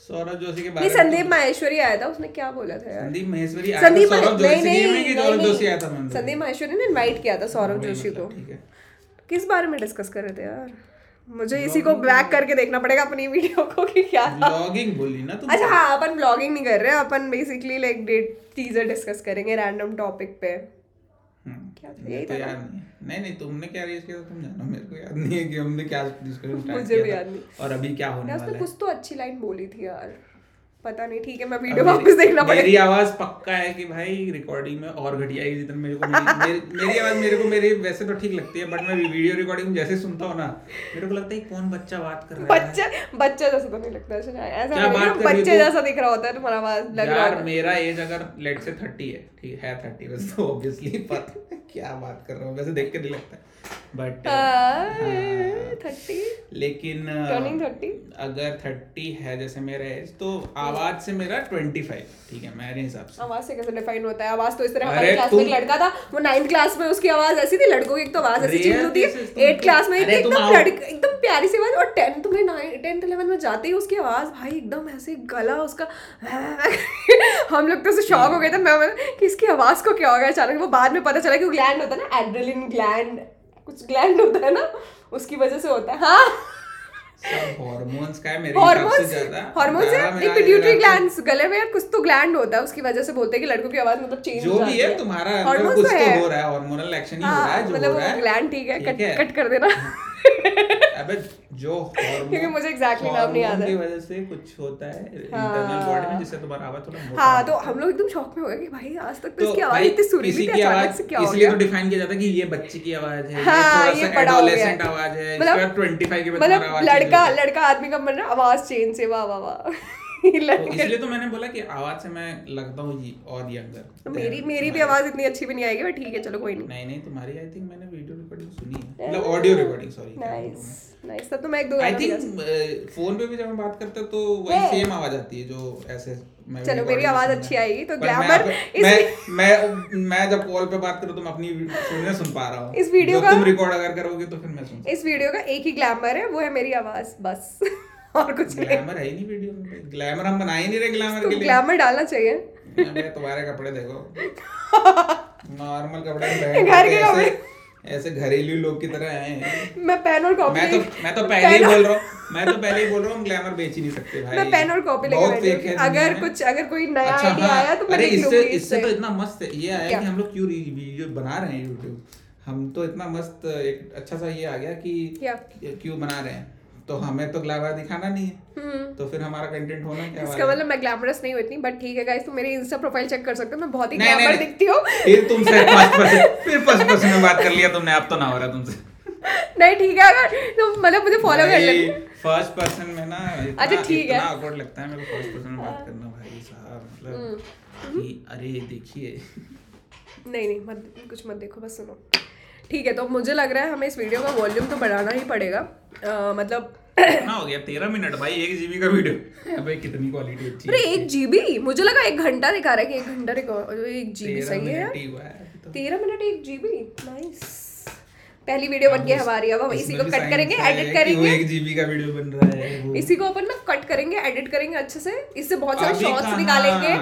[SPEAKER 2] सौरभ जोशी के
[SPEAKER 1] नहीं
[SPEAKER 2] बारे
[SPEAKER 1] संदीप माहेश्वरी आया था उसने क्या बोला था यार
[SPEAKER 2] संदीप महेश्वरी आया
[SPEAKER 1] संदीप
[SPEAKER 2] था,
[SPEAKER 1] महे-
[SPEAKER 2] सौरभ
[SPEAKER 1] नहीं
[SPEAKER 2] जोशी नहीं में
[SPEAKER 1] नहीं
[SPEAKER 2] कि
[SPEAKER 1] नहीं,
[SPEAKER 2] सौरभ जोशी आया था
[SPEAKER 1] नहीं
[SPEAKER 2] मंदिर
[SPEAKER 1] संदीप माहेश्वरी ने इनवाइट किया था सौरभ
[SPEAKER 2] वही
[SPEAKER 1] जोशी को
[SPEAKER 2] मतलब, ठीक है
[SPEAKER 1] किस बारे में डिस्कस कर रहे थे यार मुझे इसी को ब्लैक करके देखना पड़ेगा अपनी वीडियो को कि क्या
[SPEAKER 2] तो ब्लॉगिंग बोली ना तुम
[SPEAKER 1] अच्छा हाँ अपन ब्लॉगिंग नहीं कर रहे हैं अपन बेसिकली लाइक डेट चीजें डिस्कस करेंगे रैंडम टॉपिक पे
[SPEAKER 2] हम्म,
[SPEAKER 1] क्या था?
[SPEAKER 2] मुझे
[SPEAKER 1] यही
[SPEAKER 2] तो
[SPEAKER 1] था ना?
[SPEAKER 2] याद नहीं है। नहीं नहीं तुमने क्या रेस किया था तुम जानो मेरे को याद नहीं है कि हमने क्या डिस्कशन स्टार्ट
[SPEAKER 1] मुझे
[SPEAKER 2] किया
[SPEAKER 1] भी
[SPEAKER 2] था
[SPEAKER 1] याद नहीं।
[SPEAKER 2] और अभी क्या होने
[SPEAKER 1] यार
[SPEAKER 2] वाला
[SPEAKER 1] उसने
[SPEAKER 2] है
[SPEAKER 1] कुछ तो अच्छी लाइन बोली थी यार पता नहीं ठीक है मैं
[SPEAKER 2] अब
[SPEAKER 1] वीडियो
[SPEAKER 2] मेरी-
[SPEAKER 1] वापस देखना
[SPEAKER 2] मेरी
[SPEAKER 1] पड़ेगा
[SPEAKER 2] आवाज पक्का है कि भाई रिकॉर्डिंग में और घटिया है जितना मेरे को मेरी, मेरी, मेरी आवाज मेरे को मेरी वैसे तो ठीक लगती है बट मैं वीडियो रिकॉर्डिंग जैसे सुनता हूँ ना मेरे को लगता है कि कौन बच्चा बात कर रहा है
[SPEAKER 1] बच्चे बच्चे जैसा तो नहीं लगता है शायद। ऐसा
[SPEAKER 2] क्या
[SPEAKER 1] नहीं है,
[SPEAKER 2] बात कर रही
[SPEAKER 1] बच्चे
[SPEAKER 2] तू?
[SPEAKER 1] जैसा दिख रहा होता है तुम्हारा आवाज लग रहा
[SPEAKER 2] यार
[SPEAKER 1] होता है
[SPEAKER 2] मेरा एज अगर लेट से 30 है ठीक है 30 बस तो ऑब्वियसली पता क्या बात कर रहा हूँ वैसे देख के नहीं लगता बट
[SPEAKER 1] हाँ, 30
[SPEAKER 2] लेकिन अ,
[SPEAKER 1] Turning 30?
[SPEAKER 2] अगर 30 है जैसे मेरा एज तो आवाज से मेरा 25 ठीक है मेरे हिसाब से
[SPEAKER 1] आवाज से कैसे डिफाइन होता है आवाज तो इस तरह
[SPEAKER 2] अरे
[SPEAKER 1] हमारे क्लास में एक
[SPEAKER 2] तुम-
[SPEAKER 1] लड़का था वो नाइन्थ क्लास में उसकी आवाज ऐसी थी लड़कों की एक तो आवाज ऐसी
[SPEAKER 2] Rare
[SPEAKER 1] चीज होती है
[SPEAKER 2] cases तुम-
[SPEAKER 1] एट क्लास में एक
[SPEAKER 2] अरे तुम
[SPEAKER 1] एकदम
[SPEAKER 2] आओ।
[SPEAKER 1] लड़क एकदम प्यारी सी आवाज और टेंथ में टेंथ इलेवन में जाते ही उसकी आवाज भाई एकदम ऐसे गला उसका हम लोग तो उसे शॉक हो गए थे मैं मैं- कि इसकी आवाज को क्या हो गया अचानक वो बाद में पता चला कि वो ग्लैंड होता है ना एड्रेलिन ग्लैंड कुछ ग्लैंड होता है ना उसकी वजह से होता है हाँ
[SPEAKER 2] सब हार्मोन्स का है मेरे हिसाब से
[SPEAKER 1] हॉर्मोन्स
[SPEAKER 2] ज्यादा
[SPEAKER 1] हॉर्मोन्स
[SPEAKER 2] ज्यादा
[SPEAKER 1] है
[SPEAKER 2] मेरा
[SPEAKER 1] एक
[SPEAKER 2] age
[SPEAKER 1] पिट्यूटरी
[SPEAKER 2] अगर आपको-
[SPEAKER 1] ग्लैंड्स गले में यार कुछ तो ग्लैंड होता है उसकी वजह से बोलते हैं कि लड़कों की आवाज मतलब चेंज
[SPEAKER 2] जो भी है तुम्हारा अंदर
[SPEAKER 1] हार्मोन्स
[SPEAKER 2] कुछ
[SPEAKER 1] तो
[SPEAKER 2] तो
[SPEAKER 1] है।
[SPEAKER 2] हो रहा है हार्मोनल एक्शन ही हो रहा
[SPEAKER 1] हाँ
[SPEAKER 2] है जो
[SPEAKER 1] मतलब
[SPEAKER 2] हो रहा
[SPEAKER 1] वो
[SPEAKER 2] है
[SPEAKER 1] ग्लैंड ठीक है
[SPEAKER 2] ठीक
[SPEAKER 1] कट
[SPEAKER 2] है।
[SPEAKER 1] कट कर देना
[SPEAKER 2] अबे जो हार्मोन
[SPEAKER 1] क्योंकि मुझे exactly नाम नहीं याद है।
[SPEAKER 2] की वजह से कुछ होता है इंटरनल
[SPEAKER 1] हाँ।
[SPEAKER 2] बॉडी में जिससे तुम्हारा आवाज थोड़ा मोटा
[SPEAKER 1] हाँ
[SPEAKER 2] हो
[SPEAKER 1] तो
[SPEAKER 2] जाता है।
[SPEAKER 1] हम लोग एकदम शौक में हो गए कि भाई आज तक तो
[SPEAKER 2] तो
[SPEAKER 1] इसकी आवाज
[SPEAKER 2] भाई
[SPEAKER 1] इतनी
[SPEAKER 2] किसी
[SPEAKER 1] सुरीली थी
[SPEAKER 2] की
[SPEAKER 1] अचानक
[SPEAKER 2] आवाज
[SPEAKER 1] से क्या हो
[SPEAKER 2] इसलिए
[SPEAKER 1] गया
[SPEAKER 2] तो डिफाइन किया जाता है कि ये बच्चे की आवाज है
[SPEAKER 1] हाँ,
[SPEAKER 2] ये
[SPEAKER 1] ये बड़ा
[SPEAKER 2] थोड़ा सा
[SPEAKER 1] हो गया है।
[SPEAKER 2] एडोलेसेंट आवाज है
[SPEAKER 1] मतलब-
[SPEAKER 2] इसका 25 के बाद तुम्हारा
[SPEAKER 1] मतलब
[SPEAKER 2] आवाज change
[SPEAKER 1] लड़का
[SPEAKER 2] हो जाता है।
[SPEAKER 1] लड़का आदमी का बन रहा आवाज चेंज से वाह वाह वाह
[SPEAKER 2] तो
[SPEAKER 1] लड़के-
[SPEAKER 2] इसलिए तो मैंने बोला कि आवाज से मैं लगता हूँ ये और यंगर
[SPEAKER 1] तो मेरी मेरी भी आवाज इतनी अच्छी भी नहीं आएगी बट ठीक है चलो कोई नहीं
[SPEAKER 2] नहीं नहीं तुम्हारी आई थिंक मैंने वीडियो रिकॉर्डिंग सुनी है मतलब audio recording
[SPEAKER 1] nice
[SPEAKER 2] sorry
[SPEAKER 1] nice तब तो मैं एक दो
[SPEAKER 2] आई
[SPEAKER 1] गाना बजा
[SPEAKER 2] थिंक फोन uh, पे भी जब हम बात करते हैं तो वही
[SPEAKER 1] है।
[SPEAKER 2] सेम आवाज आती है जो ऐसे मैं
[SPEAKER 1] चलो,
[SPEAKER 2] recording
[SPEAKER 1] मेरी
[SPEAKER 2] में
[SPEAKER 1] आवाज
[SPEAKER 2] सुनना
[SPEAKER 1] अच्छी
[SPEAKER 2] है।
[SPEAKER 1] आएगी, तो
[SPEAKER 2] पर मैं
[SPEAKER 1] grammar
[SPEAKER 2] आप-
[SPEAKER 1] इस-
[SPEAKER 2] मैं मैं मैं जब कॉल पे बात करूँ तो मैं अपनी सुनने सुन पा रहा हूँ
[SPEAKER 1] इस video
[SPEAKER 2] जो
[SPEAKER 1] का-
[SPEAKER 2] तुम रिकॉर्ड अगर करोगे तो फिर मैं सुन
[SPEAKER 1] इस वीडियो का एक ही ग्लैमर है वो है मेरी आवाज बस और कुछ नहीं
[SPEAKER 2] ग्लैमर है ही नहीं वीडियो में ग्लैमर हम बना ही नहीं रहे ग्लैमर के
[SPEAKER 1] तो
[SPEAKER 2] लिए
[SPEAKER 1] ग्लैमर डालना चाहिए
[SPEAKER 2] अबे तुम्हारे कपड़े देखो नॉर्मल कपड़े
[SPEAKER 1] घर
[SPEAKER 2] में बैठ
[SPEAKER 1] के
[SPEAKER 2] के ऐसे
[SPEAKER 1] कपड़े।
[SPEAKER 2] ऐसे घरेलू लोग की तरह आए हैं
[SPEAKER 1] मैं पेन और कॉपी
[SPEAKER 2] मैं तो मैं तो पहले ही बोल रहा हूँ मैं तो पहले ही बोल रहा हूँ हम ग्लैमर बेच ही नहीं सकते भाई
[SPEAKER 1] मैं पेन और कॉपी लेके
[SPEAKER 2] बहुत
[SPEAKER 1] बैठी
[SPEAKER 2] fake है
[SPEAKER 1] हूँ अगर
[SPEAKER 2] दुनिया में।
[SPEAKER 1] कुछ अगर कोई नया
[SPEAKER 2] अच्छा,
[SPEAKER 1] आइडिया
[SPEAKER 2] हाँ,
[SPEAKER 1] आया तो मैं
[SPEAKER 2] अरे
[SPEAKER 1] लिख
[SPEAKER 2] इससे
[SPEAKER 1] लूंगी
[SPEAKER 2] इससे तो इतना मस्त है ये आया
[SPEAKER 1] क्या?
[SPEAKER 2] कि हम लोग क्यों वीडियो बना रहे हैं यूट्यूब हम तो इतना मस्त एक अच्छा सा ये आ गया कि
[SPEAKER 1] क्या?
[SPEAKER 2] ये क्यों बना रहे हैं तो हमें तो ग्लैमर दिखाना नहीं है
[SPEAKER 1] हम्म।
[SPEAKER 2] तो फिर हमारा कंटेंट होना क्या
[SPEAKER 1] इसका
[SPEAKER 2] वाला है?
[SPEAKER 1] मतलब मैं ग्लैमरस नहीं होती बट ठीक है गाइस तो मेरी इंस्टा प्रोफाइल चेक कर सकते हो मैं बहुत ही
[SPEAKER 2] नहीं, नहीं,
[SPEAKER 1] ग्लैमर
[SPEAKER 2] नहीं।
[SPEAKER 1] मतलब दिखती हूँ
[SPEAKER 2] फिर तुमसे पांच परसेंट फिर पांच परसेंट में बात कर लिया तुमने अब तो ना हो रहा तुमसे
[SPEAKER 1] नहीं ठीक है अगर तो मतलब मुझे फॉलो कर लेना
[SPEAKER 2] फर्स्ट पर्सन में ना इतना-
[SPEAKER 1] अच्छा, ठीक है। हाँ।
[SPEAKER 2] इतना awkward लगता है मेरे को फर्स्ट पर्सन में बात करना भाई साहब
[SPEAKER 1] हम्म।
[SPEAKER 2] मतलब कि अरे देखिए
[SPEAKER 1] नहीं नहीं मत कुछ मत देखो बस सुनो ठीक है तो मुझे लग रहा है हमें इस वीडियो का वॉल्यूम तो बढ़ाना ही पड़ेगा अ, मतलब
[SPEAKER 2] कितना हो गया 13 मिनट भाई 1 जीबी का वीडियो अबे कितनी क्वालिटी अच्छी
[SPEAKER 1] अरे एक जीबी मुझे लगा एक घंटा दिखा रहा है कि एक घंटा रिकॉर्ड एक जीबी
[SPEAKER 2] 13
[SPEAKER 1] सही है
[SPEAKER 2] मिनट
[SPEAKER 1] यार
[SPEAKER 2] ही हुआ है अभी तो।
[SPEAKER 1] तेरह मिनट एक जीबी नाइस पहली वीडियो बन गई हमारी अब हम इसी
[SPEAKER 2] इसमें
[SPEAKER 1] को
[SPEAKER 2] भी
[SPEAKER 1] कट
[SPEAKER 2] science
[SPEAKER 1] करेंगे
[SPEAKER 2] है
[SPEAKER 1] एडिट
[SPEAKER 2] कि वो
[SPEAKER 1] करेंगे
[SPEAKER 2] 1 जीबी का वीडियो बन रहा है वो।
[SPEAKER 1] इसी को अपन ना कट करेंगे एडिट करेंगे अच्छे से इससे बहुत सारे
[SPEAKER 2] अभी
[SPEAKER 1] शॉर्ट्स
[SPEAKER 2] कहाँ?
[SPEAKER 1] निकालेंगे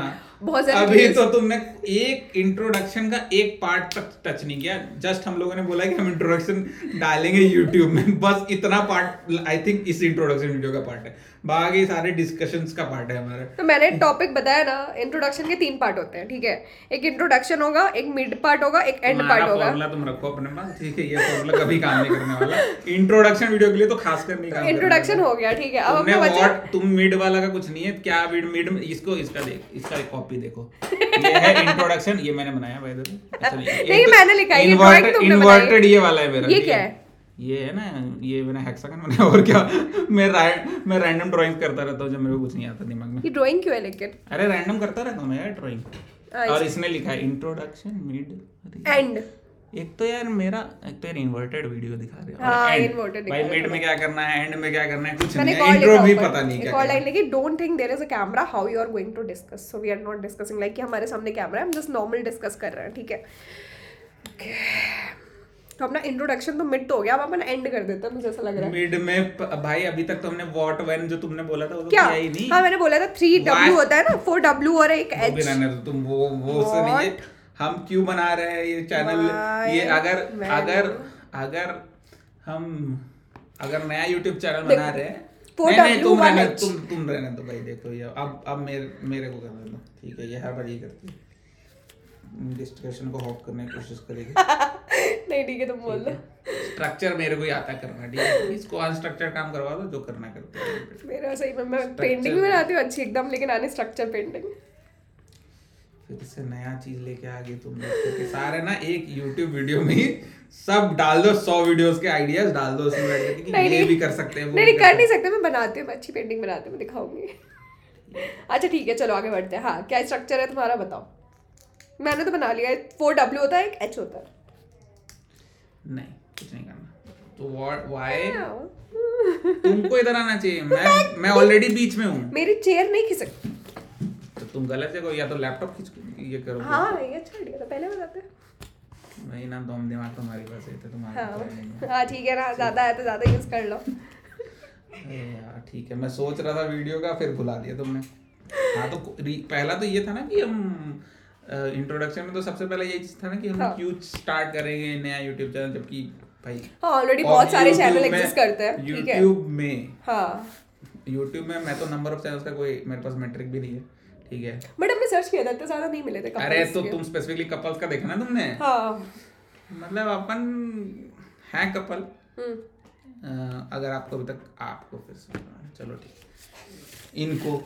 [SPEAKER 1] बहुत सारे
[SPEAKER 2] अभी
[SPEAKER 1] videos-
[SPEAKER 2] तो तुमने एक इंट्रोडक्शन का एक पार्ट तक टच नहीं किया जस्ट हम लोगों ने बोला कि हम इंट्रोडक्शन डालेंगे यूट्यूब में बस इतना पार्ट आई थिंक इस इंट्रोडक्शन वीडियो का पार्ट है बाकी सारे डिस्कशंस का पार्ट है हमारा
[SPEAKER 1] तो मैंने टॉपिक बताया ना इंट्रोडक्शन के तीन पार्ट होते हैं ठीक है एक इंट्रोडक्शन होगा एक मिड पार्ट होगा एक एंड पार्ट होगा
[SPEAKER 2] फॉर्मूला तुम रखो अपने पास ठीक है ये फॉर्मूला कभी काम नहीं करने वाला इंट्रोडक्शन वीडियो के लिए तो खास कर नहीं काम
[SPEAKER 1] इंट्रोडक्शन हो गया ठीक है अब
[SPEAKER 2] तुमने
[SPEAKER 1] अपने बच्चे
[SPEAKER 2] what- तुम मिड वाला का कुछ नहीं है क्या मिड मिड इसको इसका देख इसका एक कॉपी देखो ये है इंट्रोडक्शन ये मैंने बनाया भाई अच्छा,
[SPEAKER 1] नहीं, मैंने लिखा है, ये drawing तुमने
[SPEAKER 2] इन्वर्टेड
[SPEAKER 1] बनाई।
[SPEAKER 2] ये वाला है मेरा
[SPEAKER 1] ये
[SPEAKER 2] ठीक
[SPEAKER 1] क्या
[SPEAKER 2] है? ये है ना ये मैंने हेक्सागन बनाया और क्या मैं रा- मैं रैंडम ड्राइंग करता रहता हूँ जब मेरे को कुछ नहीं आता दिमाग में
[SPEAKER 1] ये ड्राइंग क्यों है लेकिन
[SPEAKER 2] अरे रैंडम करता रहता हूँ मैं यार
[SPEAKER 1] हाँ,
[SPEAKER 2] ड्राइंग और इसने लिखा है इंट्रोडक्शन मिड
[SPEAKER 1] एंड
[SPEAKER 2] एक तो यार मेरा एक तो यार इन्वर्टेड वीडियो दिखा रहे हो
[SPEAKER 1] हाँ,
[SPEAKER 2] और end,
[SPEAKER 1] inverted
[SPEAKER 2] भाई
[SPEAKER 1] दिखा रहे
[SPEAKER 2] मिड में क्या करना है एंड में क्या करना है कुछ
[SPEAKER 1] मैंने एक
[SPEAKER 2] नहीं
[SPEAKER 1] और
[SPEAKER 2] है
[SPEAKER 1] लिखा
[SPEAKER 2] इंट्रो भी
[SPEAKER 1] ऊपर,
[SPEAKER 2] पता नहीं
[SPEAKER 1] एक
[SPEAKER 2] क्या
[SPEAKER 1] और
[SPEAKER 2] करना है।
[SPEAKER 1] लाइन लिखी don't think there is a camera how you are going to discuss so we are not discussing like कि हमारे सामने कैमरा है हम जस्ट नॉर्मल डिस्कस कर रहे हैं ठीक है Okay. तो अपना इंट्रोडक्शन तो मिड तो हो गया अब अपन एंड कर देते हैं मुझे ऐसा लग रहा है
[SPEAKER 2] मिड में प- भाई अभी तक तो हमने वॉट वन जो तुमने बोला था वो तो
[SPEAKER 1] क्या
[SPEAKER 2] किया ही नहीं
[SPEAKER 1] हाँ मैंने बोला था थ्री
[SPEAKER 2] What?
[SPEAKER 1] डब्ल्यू होता है ना फोर डब्ल्यू और एक
[SPEAKER 2] वो भी
[SPEAKER 1] एच
[SPEAKER 2] रहने दो तुम वो वो से नहीं है
[SPEAKER 1] What?
[SPEAKER 2] हम क्यों बना रहे हैं ये चैनल
[SPEAKER 1] Why?
[SPEAKER 2] ये अगर
[SPEAKER 1] मैं
[SPEAKER 2] अगर
[SPEAKER 1] नहीं।
[SPEAKER 2] अगर हम अगर नया YouTube चैनल
[SPEAKER 1] देख,
[SPEAKER 2] बना रहे हैं
[SPEAKER 1] four
[SPEAKER 2] नहीं नहीं
[SPEAKER 1] W,
[SPEAKER 2] तुम
[SPEAKER 1] one
[SPEAKER 2] रहने
[SPEAKER 1] H।
[SPEAKER 2] तुम तुम रहने दो भाई देखो ये अब अब मेरे मेरे को करने दो ठीक है ये हर बार ये करती है डिस्कशन को हॉप करने की कोशिश करेगी
[SPEAKER 1] नहीं ठीक है तुम बोल दो
[SPEAKER 2] स्ट्रक्चर मेरे को ही आता करना ठीक है इसको अनस्ट्रक्चर काम करवा दो जो करना करते हैं
[SPEAKER 1] मेरा सही में मैं
[SPEAKER 2] Structure
[SPEAKER 1] पेंटिंग भी
[SPEAKER 2] में।
[SPEAKER 1] बनाती हूँ अच्छी एकदम लेकिन आने स्ट्रक्चर पेंटिंग
[SPEAKER 2] फिर से नया चीज लेके आ गई तुम लोग क्योंकि सारे ना एक YouTube वीडियो में ही सब डाल दो 100 वीडियोस के आइडियाज डाल दो उसमें बैठ के कि ये भी कर सकते हैं वो
[SPEAKER 1] नहीं
[SPEAKER 2] भी
[SPEAKER 1] नहीं कर नहीं सकते मैं बनाती हूँ मैं अच्छी पेंटिंग बनाती हूँ मैं दिखाऊंगी अच्छा ठीक है चलो आगे बढ़ते हैं हाँ क्या स्ट्रक्चर है तुम्हारा बताओ मैंने तो बना लिया है फोर डब्ल्यू होता है एक एच होता है
[SPEAKER 2] सकते नहीं कुछ नहीं करना तो व्हाट व्हाई
[SPEAKER 1] हाँ।
[SPEAKER 2] तुमको इधर आना चाहिए मैं मैं ऑलरेडी बीच में हूँ
[SPEAKER 1] मेरी चेयर नहीं खिसक
[SPEAKER 2] तो तुम गलत जगह या तो लैपटॉप खींच के ये करो
[SPEAKER 1] हाँ ये अच्छा idea था पहले बताते
[SPEAKER 2] हाँ, वही ना दम दिमाग तुम्हारे पास है तो तुम्हारे
[SPEAKER 1] हाँ
[SPEAKER 2] पास है नहीं।
[SPEAKER 1] हाँ ठीक है ना ज़्यादा है तो ज़्यादा यूज़ कर लो
[SPEAKER 2] अरे यार ठीक है मैं सोच रहा था वीडियो का फिर भुला दिया तुमने हाँ तो री- पहला तो ये था ना कि हम इंट्रोडक्शन में तो सबसे पहले यही चीज था ना कि हम
[SPEAKER 1] हाँ।
[SPEAKER 2] क्यों स्टार्ट करेंगे नया यूट्यूब चैनल जबकि भाई
[SPEAKER 1] हाँ ऑलरेडी बहुत सारे चैनल एग्जिस्ट
[SPEAKER 2] एग्जिस्ट
[SPEAKER 1] करते हैं ठीक है
[SPEAKER 2] यूट्यूब में
[SPEAKER 1] हाँ
[SPEAKER 2] यूट्यूब में मैं तो नंबर ऑफ चैनल्स का कोई मेरे पास मैट्रिक भी नहीं है ठीक है
[SPEAKER 1] बट हमने सर्च किया था इतना ज़्यादा नहीं मिले थे
[SPEAKER 2] अरे
[SPEAKER 1] couples
[SPEAKER 2] तो
[SPEAKER 1] के।
[SPEAKER 2] तुम स्पेसिफिकली कपल्स का देखा ना तुमने
[SPEAKER 1] हाँ
[SPEAKER 2] मतलब अपन है कपल
[SPEAKER 1] हम्म।
[SPEAKER 2] अ, अगर आपको अभी तक आपको फिर से चलो ठीक इनको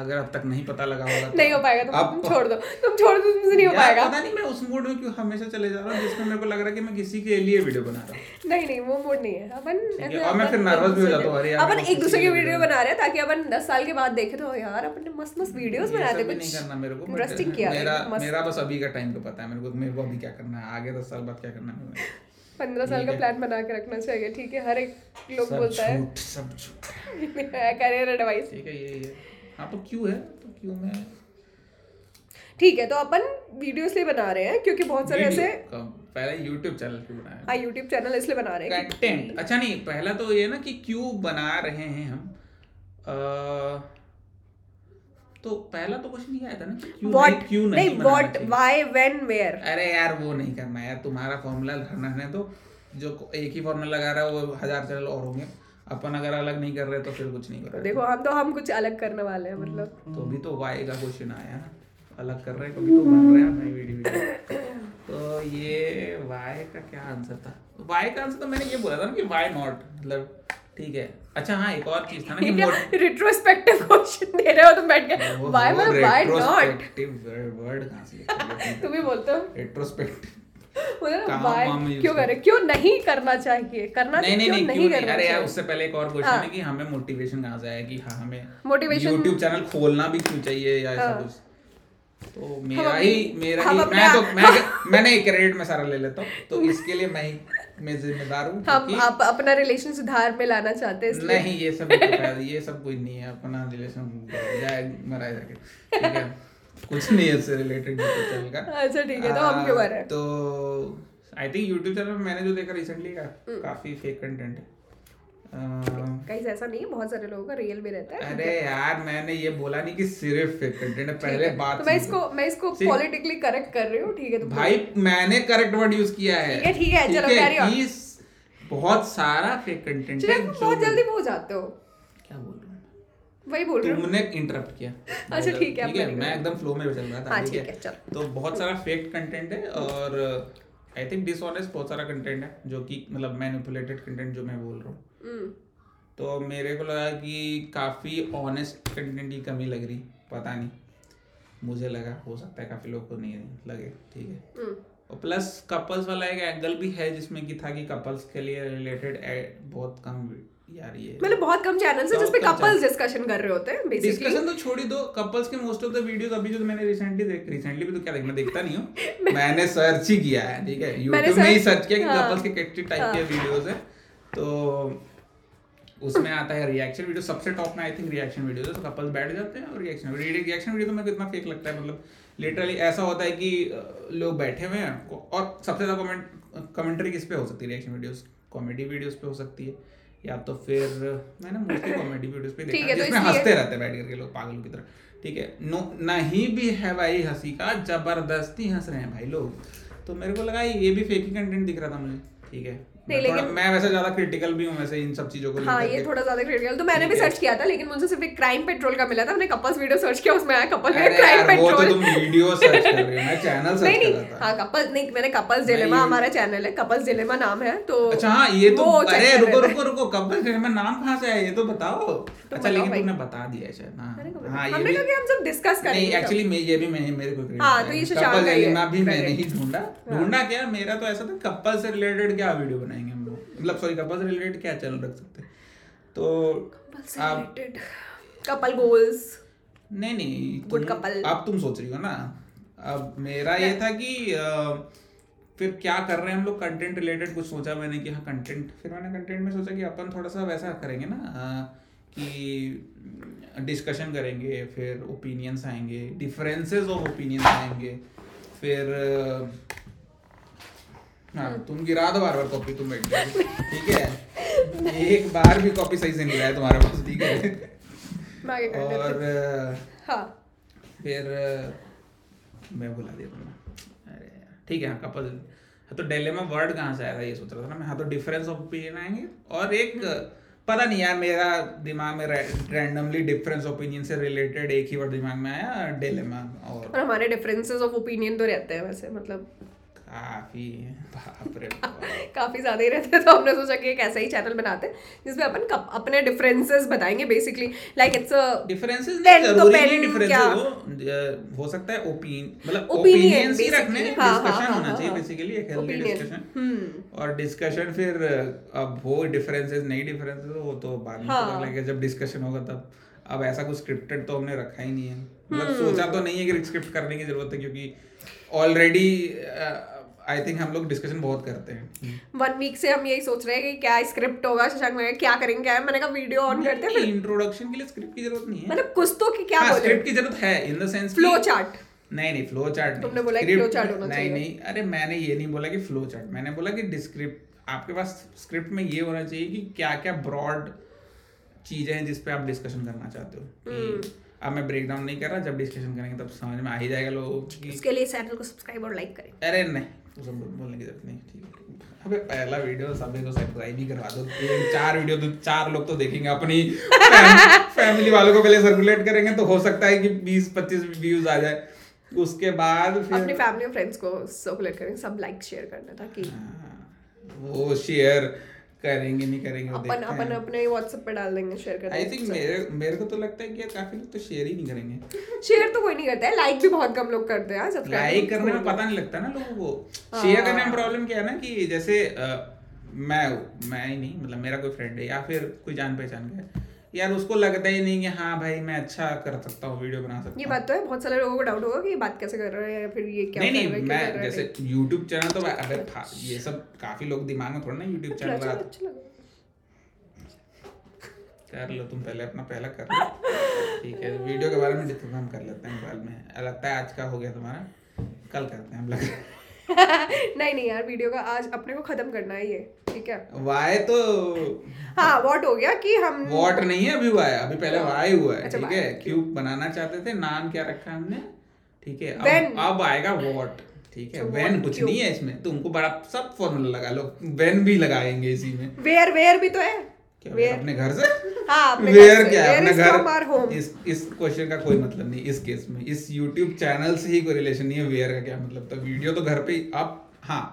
[SPEAKER 2] अगर अब तक नहीं पता लगा होगा तो-
[SPEAKER 1] नहीं हो पाएगा तुम
[SPEAKER 2] आप-
[SPEAKER 1] तुम छोड़ दो तुम छोड़ दो तुमसे नहीं हो
[SPEAKER 2] यार,
[SPEAKER 1] पाएगा
[SPEAKER 2] पता नहीं मैं उस मूड में क्यों हमेशा चले जा रहा हूँ जिसमें मेरे को लग रहा है कि मैं किसी के लिए वीडियो बना रहा हूँ
[SPEAKER 1] नहीं नहीं वो मूड नहीं है अपन
[SPEAKER 2] ठीक है,
[SPEAKER 1] ऐसे
[SPEAKER 2] और मैं
[SPEAKER 1] अपन
[SPEAKER 2] फिर nervous
[SPEAKER 1] एक
[SPEAKER 2] भी हो
[SPEAKER 1] दूसरे
[SPEAKER 2] जाता हूँ,
[SPEAKER 1] के-
[SPEAKER 2] अरे यार,
[SPEAKER 1] अपन
[SPEAKER 2] मैं
[SPEAKER 1] एक दूसरे
[SPEAKER 2] किसी
[SPEAKER 1] की
[SPEAKER 2] की
[SPEAKER 1] वीडियो
[SPEAKER 2] video
[SPEAKER 1] बना रहे हैं ताकि अपन 10 साल के बाद देखें तो यार अपन ने मस्त मस्त वीडियोस
[SPEAKER 2] ये
[SPEAKER 1] बनाते
[SPEAKER 2] सब भी
[SPEAKER 1] कुछ
[SPEAKER 2] नहीं करना मेरे को
[SPEAKER 1] इंटरेस्टिंग किया
[SPEAKER 2] बट मेरा
[SPEAKER 1] था मस्त
[SPEAKER 2] मेरा बस अभी का टाइम तो पता है मेरे को मेरे को अभी क्या करना है आगे दस साल बाद क्या करना है मेरे को।
[SPEAKER 1] 15 साल
[SPEAKER 2] ठीक
[SPEAKER 1] का
[SPEAKER 2] है।
[SPEAKER 1] प्लान बना के रखना चाहिए ठीक है हर एक लोग
[SPEAKER 2] सब
[SPEAKER 1] बोलता है
[SPEAKER 2] झूठ सब झूठ
[SPEAKER 1] करियर एडवाइस
[SPEAKER 2] ठीक है ये ये हाँ तो क्यों है तो क्यों मैं
[SPEAKER 1] ठीक है तो अपन वीडियो इसलिए बना रहे हैं क्योंकि बहुत सारे
[SPEAKER 2] video
[SPEAKER 1] ऐसे
[SPEAKER 2] का- पहले YouTube चैनल क्यों बनाया
[SPEAKER 1] हाँ यूट्यूब चैनल इसलिए बना रहे हैं कि-
[SPEAKER 2] कंटेंट अच्छा नहीं पहला तो ये ना कि क्यों बना रहे हैं हम अ, तो पहला तो क्वेश्चन ये आया था ना कि क्यों
[SPEAKER 1] What-
[SPEAKER 2] नहीं, क्यों नहीं
[SPEAKER 1] नहीं
[SPEAKER 2] बनाना
[SPEAKER 1] व्हाट
[SPEAKER 2] चाहिए?
[SPEAKER 1] व्हाई व्हेन वेयर
[SPEAKER 2] अरे यार वो नहीं करना यार तुम्हारा फॉर्मूला रहने दो तो जो को- एक ही फॉर्मूला लगा रहा है वो हजार चैनल और होंगे अपन अगर अलग नहीं कर रहे तो फिर कुछ नहीं कर रहे
[SPEAKER 1] देखो हम तो हम कुछ अलग करने वाले हैं मतलब
[SPEAKER 2] तो भी तो वाई का क्वेश्चन आया ना अलग कर रहे हैं कभी तो बन रहे हैं नई वीडियो तो ये वाई का क्या आंसर था वाई का आंसर तो मैंने ये बोला था ना कि वाई नॉट मतलब ठीक है अच्छा हाँ एक और चीज था ना कि मोट
[SPEAKER 1] रिट्रोस्पेक्टिव क्वेश्चन दे रहे हो तुम बैठ के व्हाई मैं व्हाई नॉट
[SPEAKER 2] वर्ड कहाँ से निकाला?
[SPEAKER 1] तुम ही बोलते हो
[SPEAKER 2] Retrospective.
[SPEAKER 1] बोलो ना,
[SPEAKER 2] कहाँ मामा
[SPEAKER 1] why
[SPEAKER 2] use
[SPEAKER 1] क्यों
[SPEAKER 2] करते
[SPEAKER 1] करे क्यों नहीं करना चाहिए करना तो
[SPEAKER 2] नहीं नहीं
[SPEAKER 1] क्यों
[SPEAKER 2] नहीं
[SPEAKER 1] नहीं
[SPEAKER 2] क्यों नहीं
[SPEAKER 1] करना
[SPEAKER 2] अरे यार
[SPEAKER 1] चाहिए
[SPEAKER 2] उससे पहले एक और क्वेश्चन
[SPEAKER 1] हाँ।
[SPEAKER 2] है कि हमें मोटिवेशन कहाँ से आया कि हाँ हमें
[SPEAKER 1] मोटिवेशन
[SPEAKER 2] YouTube चैनल खोलना भी क्यों चाहिए या ऐसा
[SPEAKER 1] हाँ।
[SPEAKER 2] कुछ तो मेरा
[SPEAKER 1] अपने-
[SPEAKER 2] ही मेरा
[SPEAKER 1] हम
[SPEAKER 2] ही
[SPEAKER 1] अपने
[SPEAKER 2] मैं
[SPEAKER 1] आप-
[SPEAKER 2] तो मैं मैंने क्रेडिट में सारा ले लेता हूँ तो इसके लिए मैं ही मैं जिम्मेदार हूँ
[SPEAKER 1] हम
[SPEAKER 2] क्योंकि
[SPEAKER 1] आप अपना रिलेशन सुधार में लाना चाहते हैं इसलिए
[SPEAKER 2] नहीं ये सब नहीं पता, ये सब कोई नहीं है अपना रिलेशन जाए मरा जाके ठीक है कुछ नहीं है इससे रिलेटेड चैनल का
[SPEAKER 1] अच्छा ठीक है तो हम
[SPEAKER 2] आ,
[SPEAKER 1] क्यों कर रहे हैं
[SPEAKER 2] तो आई थिंक यूट्यूब चैनल मैंने जो देखा रिसेंटली का
[SPEAKER 1] हम्म।
[SPEAKER 2] काफी फेक कंटेंट है आ,
[SPEAKER 1] कहीं ऐसा नहीं है बहुत सारे लोगों का रियल भी रहता है
[SPEAKER 2] हाँ। अरे यार मैंने ये बोला नहीं कि सिर्फ फेक कंटेंट है पहले बात
[SPEAKER 1] तो मैं
[SPEAKER 2] सुनो।
[SPEAKER 1] इसको मैं इसको
[SPEAKER 2] See-
[SPEAKER 1] पॉलिटिकली करेक्ट कर रही हूँ ठीक है तो तुम
[SPEAKER 2] भाई मैंने करेक्ट वर्ड यूज किया है
[SPEAKER 1] ठीक है, ठीक है, चलो, carry on.
[SPEAKER 2] इस बहुत सारा फेक कंटेंट है
[SPEAKER 1] चलो तुम बहुत
[SPEAKER 2] जो-
[SPEAKER 1] जल्दी पहुंच जाते हो
[SPEAKER 2] क्या बोल रहा हूँ
[SPEAKER 1] वही बोल रही हूँ
[SPEAKER 2] तुमने इंटरप्ट किया मतलब
[SPEAKER 1] अच्छा, ठीक है,
[SPEAKER 2] ठीक है
[SPEAKER 1] अपना
[SPEAKER 2] मैं एकदम फ्लो में चल रहा था
[SPEAKER 1] हाँ, ठीक है, चलो।
[SPEAKER 2] तो बहुत सारा फेक कंटेंट है और आई थिंक डिसऑनेस्ट बहुत सारा कंटेंट है जो कि मतलब मैनिपुलेटेड कंटेंट जो मैं बोल रहा हूँ
[SPEAKER 1] हम्म,
[SPEAKER 2] तो मेरे को लगा कि काफ़ी ऑनेस्ट कंटेंट की कमी लग रही पता नहीं मुझे लगा हो सकता है काफ़ी लोग को नहीं लगे ठीक है
[SPEAKER 1] हम्म,
[SPEAKER 2] और प्लस कपल्स वाला एक एंगल भी है जिसमें कि था कि कपल्स के लिए रिलेटेड बहुत कम यार ये
[SPEAKER 1] मतलब बहुत कम चैनल्स है
[SPEAKER 2] बहुत
[SPEAKER 1] जिसपे
[SPEAKER 2] कम
[SPEAKER 1] कपल्स डिस्कशन कर रहे होते हैं बेसिकली
[SPEAKER 2] डिस्कशन तो छोड़ ही दो कपल्स के मोस्ट ऑफ द वीडियोस अभी जो मैंने रिसेंटली देख रिसेंटली भी तो क्या देख मैं देखता नहीं हूँ मैंने सर्च ही किया है ठीक है यूट्यूब में ही
[SPEAKER 1] search-
[SPEAKER 2] सर्च किया कि
[SPEAKER 1] हाँ,
[SPEAKER 2] कपल्स के कितने टाइप के वीडियोस हैं तो उसमें आता है रिएक्शन वीडियो सबसे टॉप में आई थिंक रिएक्शन वीडियो तो कपल्स बैठ जाते हैं और रिएक्शन रिएक्शन वीडियो तो मेरे को इतना फेक लगता है मतलब लिटरली ऐसा होता है कि अ, लोग बैठे हुए हैं और सबसे ज्यादा कमेंट कमेंट्री किस पे हो सकती है रिएक्शन वीडियोस कॉमेडी वीडियोस पे हो सकती है या तो फिर मैं ना मोस्टली कॉमेडी वीडियोस पे
[SPEAKER 1] ठीक
[SPEAKER 2] देखा
[SPEAKER 1] है,
[SPEAKER 2] है,
[SPEAKER 1] तो
[SPEAKER 2] जिसमें
[SPEAKER 1] इसलिए-
[SPEAKER 2] हंसते रहते हैं बैठ करके लोग पागलों की तरह ठीक है नो नहीं भी है भाई हंसी का जबरदस्ती हंस रहे हैं भाई लोग तो मेरे को लगा ये भी फेक ही कंटेंट दिख रहा था मुझे ठीक है मैं
[SPEAKER 1] लेकिन-
[SPEAKER 2] थोड़ा- मैं वैसे ज्यादा क्रिटिकल भी हूँ वैसे इन सब चीजों को लेकर
[SPEAKER 1] हाँ ये
[SPEAKER 2] के।
[SPEAKER 1] थोड़ा ज्यादा क्रिटिकल तो मैंने भी
[SPEAKER 2] ठीक है।
[SPEAKER 1] सर्च किया था लेकिन मुझे सिर्फ एक क्राइम पेट्रोल का मिला था मैंने कपल्स वीडियो सर्च किया उसमें आया कपल
[SPEAKER 2] अरे
[SPEAKER 1] क्राइम
[SPEAKER 2] यार, वो तो
[SPEAKER 1] पेट्रोल
[SPEAKER 2] तुम वीडियो सर्च कर रहे हो मैं चैनल
[SPEAKER 1] नहीं
[SPEAKER 2] सर्च कर
[SPEAKER 1] नहीं
[SPEAKER 2] रहा था
[SPEAKER 1] हाँ कपल्स नहीं मैंने कपल्स
[SPEAKER 2] नहीं,
[SPEAKER 1] डिलेमा
[SPEAKER 2] ये-
[SPEAKER 1] हमारा चैनल है कपल्स डिलेमा नाम है तो
[SPEAKER 2] अच्छा हाँ ये तो
[SPEAKER 1] वो check
[SPEAKER 2] अरे
[SPEAKER 1] कर
[SPEAKER 2] रुको
[SPEAKER 1] लेना।
[SPEAKER 2] रुको रुको कपल मैं नाम कहाँ से आया ये तो बताओ अच्छा
[SPEAKER 1] बताओ
[SPEAKER 2] लेकिन
[SPEAKER 1] भाई।
[SPEAKER 2] तुमने बता दिया है शायद
[SPEAKER 1] अरे
[SPEAKER 2] हाँ
[SPEAKER 1] कपल-
[SPEAKER 2] हाँ ये
[SPEAKER 1] हमने तो
[SPEAKER 2] भी
[SPEAKER 1] कहा कि हम सब डिस्कस
[SPEAKER 2] नहीं
[SPEAKER 1] करेंगे तो।
[SPEAKER 2] एक्चुअली मैं ये भी मैं मेरे को credit
[SPEAKER 1] हाँ,
[SPEAKER 2] है।
[SPEAKER 1] तो ये शशांक
[SPEAKER 2] कपल
[SPEAKER 1] का ही है,
[SPEAKER 2] एलिमा भी मैंने
[SPEAKER 1] credit।
[SPEAKER 2] ही ढूंढा
[SPEAKER 1] हाँ।
[SPEAKER 2] ढूंढा क्या मेरा तो ऐसा था कपल से रिलेटेड क्या वीडियो बनाएंगे हम लोग मतलब सॉरी कपल से रिलेटेड क्या चैनल रख सकते हैं? तो आप
[SPEAKER 1] रिलेटेड कपल गोल्स
[SPEAKER 2] नहीं नहीं
[SPEAKER 1] Good
[SPEAKER 2] तुम-
[SPEAKER 1] couple.
[SPEAKER 2] अब तुम सोच रही हो ना अब मेरा ये था कि अ, फिर क्या कर रहे हैं हम लोग कंटेंट रिलेटेड कुछ सोचा मैंने कि हाँ कंटेंट फिर मैंने कंटेंट में सोचा कि अपन थोड़ा सा वैसा करेंगे ना अ, कि डिस्कशन करेंगे फिर ओपिनियंस आएंगे डिफरेंसेस ऑफ ओपिनियंस आएंगे फिर अ, हाँ तुम गिरा दो बार बार कॉपी तुम बैठ जाओ ठीक है एक बार भी कॉपी सही से नहीं रहा है तुम्हारे पास ठीक है
[SPEAKER 1] मैं आगे कर
[SPEAKER 2] और
[SPEAKER 1] लेती
[SPEAKER 2] अ,
[SPEAKER 1] हाँ
[SPEAKER 2] फिर अ, मैं बुला दिया तुम्हें अरे यार, ठीक है हाँ कपल हाँ तो डेलेमा वर्ड कहाँ से आया था ये सोच रहा था ना मैं हाँ तो डिफरेंस ऑफ ओपिनियन आएंगे और एक पता नहीं यार मेरा दिमाग में रैंडमली डिफरेंस ओपिनियन से रिलेटेड एक ही वर्ड दिमाग में आया डेलेमा और
[SPEAKER 1] और हमारे डिफरेंसेस ऑफ ओपिनियन तो रहते हैं वैसे मतलब
[SPEAKER 2] काफी बाप रे बाप।
[SPEAKER 1] काफी ज्यादा ही रहते हैं तो हमने सोचा कि एक ऐसा ही चैनल बनाते हैं जिसमें अपन कप- अपने डिफरेंसेस बताएंगे basically like it's a
[SPEAKER 2] differences
[SPEAKER 1] Pen
[SPEAKER 2] नहीं
[SPEAKER 1] तो
[SPEAKER 2] जरूरी
[SPEAKER 1] pen
[SPEAKER 2] नहीं
[SPEAKER 1] क्या?
[SPEAKER 2] डिफरेंसेस हो अ, हो सकता है ओपिन मतलब
[SPEAKER 1] Opinion,
[SPEAKER 2] ओपिनियंस ही रखने
[SPEAKER 1] basically, हाँ, हाँ,
[SPEAKER 2] डिस्कशन
[SPEAKER 1] हाँ,
[SPEAKER 2] होना
[SPEAKER 1] हाँ,
[SPEAKER 2] चाहिए
[SPEAKER 1] हाँ।
[SPEAKER 2] बेसिकली एक हेल्दी
[SPEAKER 1] Opinion, हम्म, Hmm.
[SPEAKER 2] डिस्कशन और डिस्कशन फिर अ, अब हो डिफरेंसेस नहीं डिफरेंसेस वो तो बाद में
[SPEAKER 1] हाँ।
[SPEAKER 2] पता लगेगा जब डिस्कशन होगा तब अब ऐसा कुछ स्क्रिप्टेड तो हमने रखा ही नहीं है
[SPEAKER 1] Hmm.
[SPEAKER 2] मतलब सोचा तो नहीं है कि स्क्रिप्ट करने की जरूरत है क्योंकि ऑलरेडी आई थिंक हम लोग डिस्कशन बहुत करते हैं
[SPEAKER 1] वन वीक से हम यही सोच रहे हैं कि क्या स्क्रिप्ट होगा शशांक ने कहा, क्या करेंगे क्या है?" मैंने कहा वीडियो ऑन करते हैं फिर
[SPEAKER 2] इंट्रोडक्शन के लिए स्क्रिप्ट की जरूरत नहीं है
[SPEAKER 1] मतलब कुछ तो कि क्या
[SPEAKER 2] हाँ
[SPEAKER 1] बोले
[SPEAKER 2] स्क्रिप्ट की जरूरत है in the sense
[SPEAKER 1] flow chart
[SPEAKER 2] नहीं नहीं फ्लो चार्ट
[SPEAKER 1] तुमने बोला कि flow chart होना
[SPEAKER 2] नहीं
[SPEAKER 1] चाहिए।
[SPEAKER 2] नहीं अरे मैंने ये नहीं बोला कि फ्लो चार्ट मैंने बोला कि डिस्क्रिप्ट आपके पास स्क्रिप्ट में ये होना चाहिए कि क्या क्या ब्रॉड चीजें हैं जिस पे आप डिस्कशन करना चाहते हो
[SPEAKER 1] हम्म।
[SPEAKER 2] कि अब मैं ब्रेक डाउन नहीं कर रहा जब डिस्कशन करेंगे तब समझ में आ ही जाएगा लोगों को कि
[SPEAKER 1] उसके लिए चैनल को सब्सक्राइब और लाइक करें
[SPEAKER 2] अरे नहीं उसे बोल- बोलने की जरूरत नहीं ठीक है अबे पहला वीडियो सभी को सब्सक्राइब ही करवा दो तीन चार वीडियो तो चार लोग तो देखेंगे अपनी फैमिली वालों को पहले सर्कुलेट करेंगे तो हो सकता है कि बीस पच्चीस व्यूज आ जाए उसके बाद फिर
[SPEAKER 1] अपने फैमिली और फ्रेंड्स को सर्कुलेट करें सब लाइक शेयर करना ताकि
[SPEAKER 2] हाँ, वो शेयर करेंगे नहीं करेंगे वो
[SPEAKER 1] अपन
[SPEAKER 2] देखते
[SPEAKER 1] अपन
[SPEAKER 2] हैं
[SPEAKER 1] अपने व्हाट्सएप पे डाल देंगे शेयर कर
[SPEAKER 2] आई थिंक मेरे मेरे को तो लगता है कि यार काफी लोग तो शेयर ही नहीं करेंगे
[SPEAKER 1] शेयर तो कोई नहीं करता है लाइक भी बहुत कम लोग करते हैं हाँ, subscribe
[SPEAKER 2] लाइक
[SPEAKER 1] तो
[SPEAKER 2] करने में
[SPEAKER 1] थोड़े
[SPEAKER 2] पता नहीं लगता ना लोगों
[SPEAKER 1] हाँ।
[SPEAKER 2] को शेयर करने में प्रॉब्लम क्या है ना कि जैसे अ, मैं हूँ, मैं ही नहीं मतलब मेरा कोई फ्रेंड है या फिर कोई जान पहचान का है यार उसको लगता ही नहीं कि हाँ भाई मैं अच्छा कर सकता हूँ वीडियो बना
[SPEAKER 1] लोग- ये
[SPEAKER 2] सकता हूँ
[SPEAKER 1] बात तो है बहुत सारे लोगों को डाउट होगा कि ये बात कैसे कर रहे हैं या फिर ये क्या
[SPEAKER 2] नहीं
[SPEAKER 1] कर रहे
[SPEAKER 2] नहीं
[SPEAKER 1] हैं, क्यों कर
[SPEAKER 2] मैं
[SPEAKER 1] रहे हैं,
[SPEAKER 2] जैसे YouTube चैनल तो मैं- अबे था ये सब काफी लोग दिमाग में थोड़ा ना YouTube
[SPEAKER 1] नहीं।
[SPEAKER 2] चैनल
[SPEAKER 1] अच्छा
[SPEAKER 2] बना-
[SPEAKER 1] अच्छा लगा।
[SPEAKER 2] कर लो तुम पहले अपना पहला कर लो ठीक है वीडियो के बारे में डिस्कस हम कर लेते हैं बाद में लगता है आज का हो गया तुम्हारा कल करते हैं हम लग
[SPEAKER 1] नहीं नहीं यार वीडियो का आज अपने को खत्म करना है ये ठीक है
[SPEAKER 2] वाई तो
[SPEAKER 1] हाँ वॉट हो गया कि हम
[SPEAKER 2] वॉट नहीं है अभी वाई अभी पहले वाई हुआ है
[SPEAKER 1] अच्छा,
[SPEAKER 2] ठीक
[SPEAKER 1] why,
[SPEAKER 2] है क्यूब बनाना चाहते थे नाम क्या रखा हमने ठीक है
[SPEAKER 1] When.
[SPEAKER 2] अब अब आएगा वॉट ठीक है
[SPEAKER 1] So
[SPEAKER 2] वेन
[SPEAKER 1] what
[SPEAKER 2] कुछ
[SPEAKER 1] cube.
[SPEAKER 2] नहीं है इसमें तुमको बड़ा सब फॉर्मूला लगा लो वेन भी लगाएंगे इसी में
[SPEAKER 1] वेयर वेयर भी तो है
[SPEAKER 2] क्या
[SPEAKER 1] Where?
[SPEAKER 2] अपने घर से
[SPEAKER 1] हाँ अपने
[SPEAKER 2] वेयर
[SPEAKER 1] घर से।
[SPEAKER 2] क्या है
[SPEAKER 1] Where
[SPEAKER 2] अपने
[SPEAKER 1] is from our
[SPEAKER 2] घर
[SPEAKER 1] home?
[SPEAKER 2] इस इस क्वेश्चन का कोई मतलब नहीं इस केस में इस YouTube चैनल से ही कोई रिलेशन नहीं है वेयर का क्या मतलब तो वीडियो तो घर पे ही- अब हाँ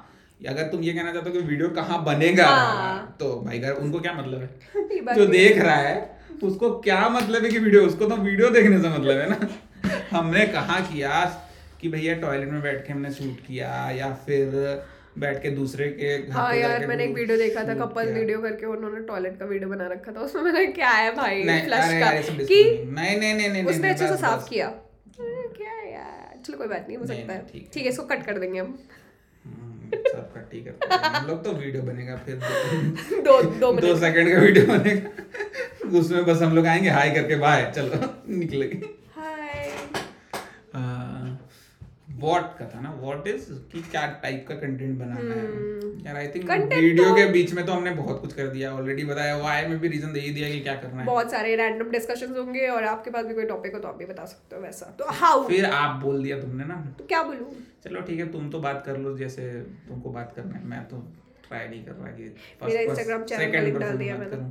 [SPEAKER 2] अगर तुम ये कहना चाहते हो कि वीडियो कहाँ बनेगा
[SPEAKER 1] हाँ।
[SPEAKER 2] तो भाई घर उनको क्या मतलब है
[SPEAKER 1] ये बात
[SPEAKER 2] जो
[SPEAKER 1] भी-
[SPEAKER 2] देख रहा है उसको क्या मतलब है कि वीडियो उसको तो वीडियो देखने से मतलब है ना हमने कहा किया कि भैया टॉयलेट में बैठ के हमने शूट किया या फिर बैठ के दूसरे के घर
[SPEAKER 1] हाँ
[SPEAKER 2] पे
[SPEAKER 1] यार
[SPEAKER 2] जाके
[SPEAKER 1] मैंने एक वीडियो देखा था
[SPEAKER 2] shoot
[SPEAKER 1] कपल
[SPEAKER 2] किया।
[SPEAKER 1] वीडियो करके उन्होंने टॉयलेट का वीडियो बना रखा था उसमें मैंने क्या है भाई
[SPEAKER 2] नहीं
[SPEAKER 1] फ्लश
[SPEAKER 2] अरे
[SPEAKER 1] का
[SPEAKER 2] यार, ये सब
[SPEAKER 1] कि
[SPEAKER 2] disappointing। नहीं नहीं नहीं नहीं
[SPEAKER 1] उसने
[SPEAKER 2] नहीं,
[SPEAKER 1] अच्छे से
[SPEAKER 2] बस,
[SPEAKER 1] साफ
[SPEAKER 2] बस।
[SPEAKER 1] किया अरे, क्या है यार चलो कोई बात नहीं हो
[SPEAKER 2] नहीं,
[SPEAKER 1] सकता
[SPEAKER 2] नहीं,
[SPEAKER 1] है
[SPEAKER 2] ठीक है।
[SPEAKER 1] ठीक है इसको कट कर देंगे हम
[SPEAKER 2] हम्म, सब कट ही करते हैं। हम लोग तो वीडियो बनेगा फिर दो,
[SPEAKER 1] दो दो
[SPEAKER 2] दो
[SPEAKER 1] मिनट
[SPEAKER 2] सेकंड का वीडियो बनेगा उसमें बस हम लोग आएंगे हाई करके बाय चलो निकलेंगे
[SPEAKER 1] हाय
[SPEAKER 2] हाँ, वॉट का था ना वॉट इज कि क्या टाइप का कंटेंट बनाना है यार I think
[SPEAKER 1] Hmm. Content
[SPEAKER 2] video
[SPEAKER 1] तो-
[SPEAKER 2] के बीच में तो हमने बहुत कुछ कर दिया ऑलरेडी बताया वाई में भी रीजन दे ही दिया कि क्या करना है
[SPEAKER 1] बहुत सारे रैंडम डिस्कशंस होंगे और आपके पास भी कोई टॉपिक हो तो आप भी बता सकते हो वैसा तो हाउ
[SPEAKER 2] फिर आप बोल दिया तुमने ना
[SPEAKER 1] तो क्या बोलूं
[SPEAKER 2] चलो ठीक है तुम तो बात कर लो जैसे तुमको बात करना है मैं तो ट्राई नहीं कर रहा कि
[SPEAKER 1] मेरा Instagram channel का link डाल दिया मैंने।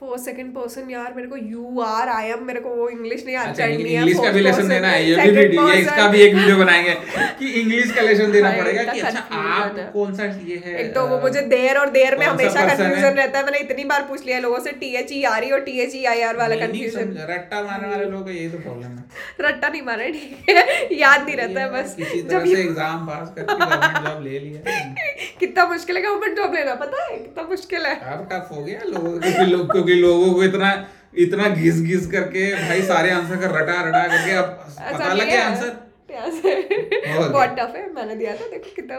[SPEAKER 1] फोर सेकंड पर्सन यार मेरे को यू आर आई एम मेरे को वो इंग्लिश नहीं आती
[SPEAKER 2] इंग्लिश अच्छा, का भी लेसन देना है ये भी वीडियो ये इसका भी एक वीडियो बनाएंगे कि इंग्लिश का लेसन देना
[SPEAKER 1] भाई,
[SPEAKER 2] पड़ेगा
[SPEAKER 1] इतना
[SPEAKER 2] कि अच्छा
[SPEAKER 1] confusion
[SPEAKER 2] आप
[SPEAKER 1] है।
[SPEAKER 2] कौन सा ये है
[SPEAKER 1] एक तो वो
[SPEAKER 2] अ,
[SPEAKER 1] मुझे देर और देर में
[SPEAKER 2] कौन सा
[SPEAKER 1] हमेशा
[SPEAKER 2] person है?
[SPEAKER 1] कंफ्यूजन रहता है मैंने इतनी बार पूछ लिया है लोगों से T H E R E E और T H E I R वाला
[SPEAKER 2] नहीं, नहीं
[SPEAKER 1] कंफ्यूजन
[SPEAKER 2] समझा। रट्टा मारने वाले लोग का यही तो प्रॉब्लम है
[SPEAKER 1] रट्टा नहीं मारा है, ठीक है याद नहीं रहता है
[SPEAKER 2] ये
[SPEAKER 1] बस
[SPEAKER 2] किसी
[SPEAKER 1] जब
[SPEAKER 2] तरह से एग्जाम पास करके गवर्नमेंट जॉब ले लिया
[SPEAKER 1] कितना मुश्किल है गवर्नमेंट जॉब लेना पता है कितना मुश्किल है
[SPEAKER 2] अब टफ हो गया लोगों क्योंकि लोग क्योंकि लोगों को इतना इतना घिस घिस करके भाई सारे आंसर का रटा रटा करके अब पता लगे आंसर बहुत।
[SPEAKER 1] आंसर बहुत टफ है मैंने दिया था देखो कितना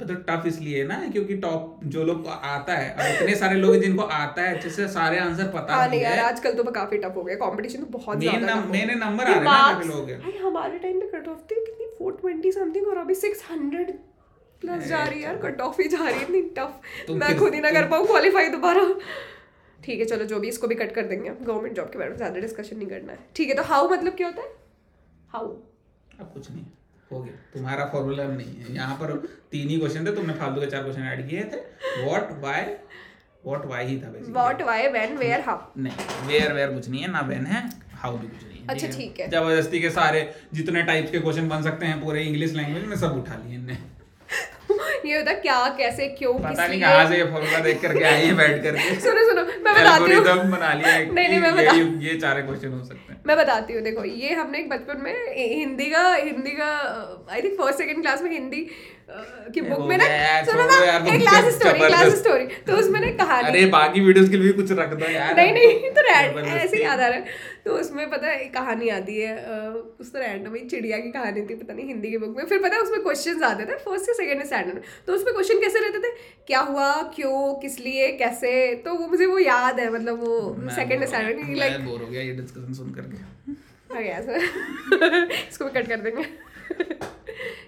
[SPEAKER 2] तो टफ इसलिए है ना क्योंकि टॉप जो लोग को आता है अब इतने सारे लोग हैं जिनको आता है अच्छे से सारे आंसर पता
[SPEAKER 1] हाँ नहीं
[SPEAKER 2] नहीं
[SPEAKER 1] यार
[SPEAKER 2] है
[SPEAKER 1] आजकल तो काफी टफ हो गया कंपटीशन तो बहुत
[SPEAKER 2] मेन
[SPEAKER 1] ज्यादा
[SPEAKER 2] नम- मेन नंबर
[SPEAKER 1] ये
[SPEAKER 2] आ रहे हैं ना
[SPEAKER 1] marks-
[SPEAKER 2] काफी लोग हैं।
[SPEAKER 1] भाई हमारे टाइम में कट ऑफ थी कितनी 420 समथिंग और अभी 600 प्लस जा रही है यार कट ऑफ ही जा रही है इतनी टफ
[SPEAKER 2] तो। तुम
[SPEAKER 1] मैं
[SPEAKER 2] फिर-
[SPEAKER 1] खुद ही ना कर पाऊँ क्वालिफाई दोबारा ठीक है चलो जो भी इसको भी कट कर देंगे गवर्नमेंट जॉब के बारे में ज़्यादा डिस्कशन नहीं करना है ठीक है तो हाउ मतलब क्या होता है हाउ
[SPEAKER 2] अब कुछ नहीं हो गया तुम्हारा फॉर्मूला नहीं है यहाँ पर तीन ही क्वेश्चन थे तुमने फालतू के चार क्वेश्चन ऐड किए थे व्हाट व्हाई व्हाट व्हाई ही था basically
[SPEAKER 1] what why when where how
[SPEAKER 2] नहीं वेयर वेयर कुछ नहीं है ना वेन है हाउ भी कुछ नहीं है
[SPEAKER 1] अच्छा, ठीक है।
[SPEAKER 2] जबरदस्ती के सारे जितने टाइप्स के क्वेश्चन बन सकते हैं पूरे इंग्लिश लैंग्वेज में सब उठा लिए इनने
[SPEAKER 1] ये होता है क्या कैसे क्यों
[SPEAKER 2] पता
[SPEAKER 1] किस
[SPEAKER 2] नहीं
[SPEAKER 1] लिए?
[SPEAKER 2] कहाँ से ये फॉर्मूला देख करके आई है बैठ करके
[SPEAKER 1] सुनो सुनो मैं बताती हूँ
[SPEAKER 2] Algorithm बना लिया है
[SPEAKER 1] नहीं,
[SPEAKER 2] कि
[SPEAKER 1] नहीं, मैं
[SPEAKER 2] ये-
[SPEAKER 1] बता-
[SPEAKER 2] ये- ये चार क्वेश्चन हो सकते हैं
[SPEAKER 1] मैं बताती हूँ देखो ये हमने एक बचपन में हि- हिंदी का हिंदी का I think first second class में हिंदी अ, की
[SPEAKER 2] ए,
[SPEAKER 1] बुक
[SPEAKER 2] हो
[SPEAKER 1] में ना
[SPEAKER 2] गया यार,
[SPEAKER 1] सुनो
[SPEAKER 2] छोड़ो
[SPEAKER 1] ना
[SPEAKER 2] यार, तुम
[SPEAKER 1] एक क्लास
[SPEAKER 2] जब-
[SPEAKER 1] स्टोरी क्लास
[SPEAKER 2] जबरदस्त।
[SPEAKER 1] स्टोरी तो उसमें ना कहानी
[SPEAKER 2] अरे बाकी वीडियोस के लिए भी कुछ रख दो यार
[SPEAKER 1] नहीं नहीं तो रैंड
[SPEAKER 2] जबरदस्ती।
[SPEAKER 1] ऐसे ही याद आ रहा है तो उसमें पता है एक कहानी आती है अ, उस तो रैंडम ही चिड़िया की कहानी थी पता नहीं हिंदी की बुक में फिर पता है उसमें क्वेश्चन आते थे फर्स्ट या सेकेंड स्टैंडर्ड में तो उसमें क्वेश्चन कैसे रहते थे क्या हुआ क्यों किस लिए कैसे तो वो मुझे वो याद है मतलब वो
[SPEAKER 2] मैं
[SPEAKER 1] सेकेंड
[SPEAKER 2] बोर हो
[SPEAKER 1] स्टैंडर्ड
[SPEAKER 2] गया।
[SPEAKER 1] की लाइक
[SPEAKER 2] मैं बोर हो गया ये डिस्कशन सुन करके
[SPEAKER 1] हो गया सर Oh, इसको भी कट कर देंगे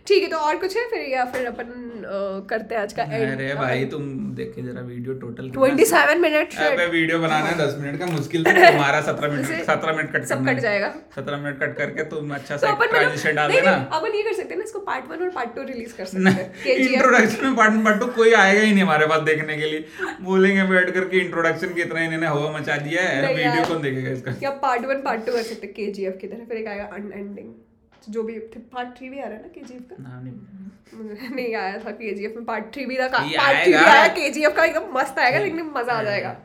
[SPEAKER 1] ठीक है तो और कुछ है फिर या फिर अपन अ, करते हैं आज का
[SPEAKER 2] अरे भाई तुम देखे जरा video total
[SPEAKER 1] twenty seven minute
[SPEAKER 2] अबे वीडियो बनाना है दस मिनट का मुश्किल से तो तुम्हारा सत्रह मिनट
[SPEAKER 1] उसे-
[SPEAKER 2] सत्रह मिनट कट
[SPEAKER 1] सब
[SPEAKER 2] करना
[SPEAKER 1] कट जाएगा।
[SPEAKER 2] सत्रह मिनट कट करके तुम अच्छा
[SPEAKER 1] तो
[SPEAKER 2] सा
[SPEAKER 1] अपन
[SPEAKER 2] ट्रांजिशन
[SPEAKER 1] मतलब
[SPEAKER 2] डाल
[SPEAKER 1] नहीं
[SPEAKER 2] देना
[SPEAKER 1] नहीं अपन ये कर सकते हैं ना इसको पार्ट वन और पार्ट टू रिलीज कर सकते हैं KGF
[SPEAKER 2] इंट्रोडक्शन में पार्ट पार्ट टू कोई आएगा ही नहीं हमारे पास देखने के लिए बोलेंगे बैठ करके इंट्रोडक्शन की इतना इन्होंने हवा मचा दिया है
[SPEAKER 1] नहीं
[SPEAKER 2] वीडियो
[SPEAKER 1] यार।
[SPEAKER 2] कौन देखेगा इसका
[SPEAKER 1] या पार्ट वन पार्ट टू कर सकते हैं KGF की तरह फिर एक आएगा अनएंडिंग जो भी पार्ट थ्री भी आ रहा है ना KGF का
[SPEAKER 2] नाम नहीं
[SPEAKER 1] मुझे नहीं आया था KGF में पार्ट थ्री भी था पार्ट
[SPEAKER 2] ये
[SPEAKER 1] थ्री भी
[SPEAKER 2] आएगा।
[SPEAKER 1] आया KGF का एकदम मस्त आएगा लेकिन मजा आ जाएगा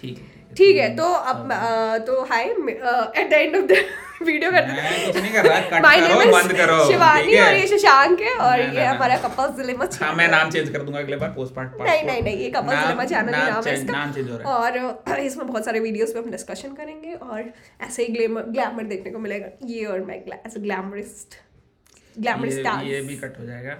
[SPEAKER 2] ठीक है
[SPEAKER 1] ठीक है तो अब अ, तो hi at the end of the video करते
[SPEAKER 2] मैं कुछ नहीं कर रहा, cut
[SPEAKER 1] My
[SPEAKER 2] करो,
[SPEAKER 1] name is
[SPEAKER 2] बंद करो,
[SPEAKER 1] शिवानी
[SPEAKER 2] ठीक है?
[SPEAKER 1] और ये शशांक है और
[SPEAKER 2] ना,
[SPEAKER 1] ये
[SPEAKER 2] ना,
[SPEAKER 1] हमारा
[SPEAKER 2] ना।
[SPEAKER 1] कपल जिलेमा
[SPEAKER 2] हाँ मैं नाम चेंज कर दूंगा अगले बार पोस्ट पार्ट
[SPEAKER 1] नहीं नहीं नहीं ये कपल जिलेमा चैनल ही नाम है
[SPEAKER 2] नाम चेंज हो
[SPEAKER 1] इसका
[SPEAKER 2] रहा
[SPEAKER 1] और अ, इसमें बहुत सारे वीडियोस पे हम डिस्कशन करेंगे और ऐसे ही ग्लैमर ग्लैमर देखने को मिलेगा ये और मैं ग्ला- as a ग्लैमरिस्ट
[SPEAKER 2] है
[SPEAKER 1] ग्लैमरिस्ट
[SPEAKER 2] ये, ये भी कट हो जाएगा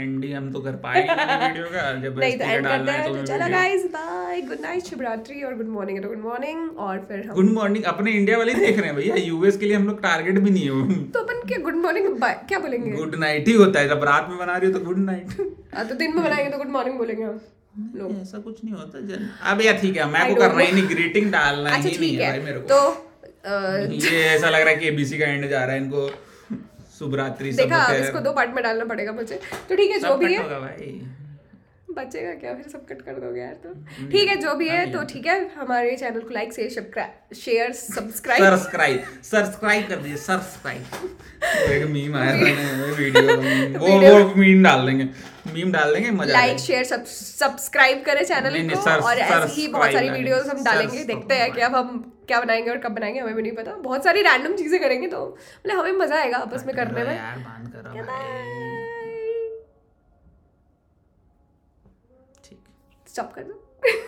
[SPEAKER 2] एंडी हम तो कर पाए वीडियो का जब
[SPEAKER 1] नहीं तो एंड करते
[SPEAKER 2] डालना है
[SPEAKER 1] हैं
[SPEAKER 2] तो
[SPEAKER 1] तो चलो guys bye good night Shivratri और गुड मॉर्निंग गुड मॉर्निंग और फिर हम
[SPEAKER 2] गुड मॉर्निंग अपने इंडिया वाले ही देख रहे हैं भैया यूएस के लिए हम लोग टारगेट भी नहीं हो
[SPEAKER 1] तो अपन क्या गुड मॉर्निंग क्या बोलेंगे
[SPEAKER 2] गुड नाइट ही होता है जब रात में बना रही हो तो गुड नाइट
[SPEAKER 1] हाँ, तो दिन में बनाएंगे तो गुड मॉर्निंग बोलेंगे हम लोग
[SPEAKER 2] ऐसा कुछ नहीं होता जन अब यार ठीक है मैं
[SPEAKER 1] I
[SPEAKER 2] को
[SPEAKER 1] don't
[SPEAKER 2] करना ही नहीं ग्रीटिंग डालना
[SPEAKER 1] अच्छा
[SPEAKER 2] ही नहीं
[SPEAKER 1] ठीक
[SPEAKER 2] है भाई मेरे
[SPEAKER 1] है
[SPEAKER 2] को
[SPEAKER 1] तो अ,
[SPEAKER 2] ये ऐसा लग रहा है कि एबीसी का एंड जा रहा है इनको शुभ रात्रि सब
[SPEAKER 1] देखा अब
[SPEAKER 2] होते हैं।
[SPEAKER 1] इसको दो पार्ट में डालना पड़ेगा मुझे तो ठीक है
[SPEAKER 2] सब
[SPEAKER 1] जो भी
[SPEAKER 2] cut
[SPEAKER 1] है
[SPEAKER 2] होगा भाई
[SPEAKER 1] बचेगा क्या फिर सब कट कर दोगे यार तो
[SPEAKER 2] हम्म,
[SPEAKER 1] ठीक है जो भी
[SPEAKER 2] हाँ,
[SPEAKER 1] है तो ठीक है हमारे चैनल को like share share subscribe
[SPEAKER 2] subscribe subscribe कर दीजिए सब्सक्राइब एक मीम आया था ना वीडियो वो
[SPEAKER 1] Video-
[SPEAKER 2] वो मीम डाल देंगे मीम डाल देंगे मजा
[SPEAKER 1] लाइक शेयर सब्सक्राइब करें
[SPEAKER 2] नहीं,
[SPEAKER 1] चैनल
[SPEAKER 2] नहीं,
[SPEAKER 1] को
[SPEAKER 2] सर-
[SPEAKER 1] और ऐसी ही
[SPEAKER 2] subscribe
[SPEAKER 1] बहुत सारी
[SPEAKER 2] करें,
[SPEAKER 1] वीडियोस हम डालेंगे
[SPEAKER 2] subscribe
[SPEAKER 1] देखते हैं कि अब हम क्या बनाएंगे और कब बनाएंगे हमें भी नहीं पता बहुत सारी रैंडम चीजें करेंगे तो मतलब हमें मजा आएगा आपस में करने में
[SPEAKER 2] यार बांध करो भाई
[SPEAKER 1] बाय
[SPEAKER 2] ठीक
[SPEAKER 1] स्टॉप कर दो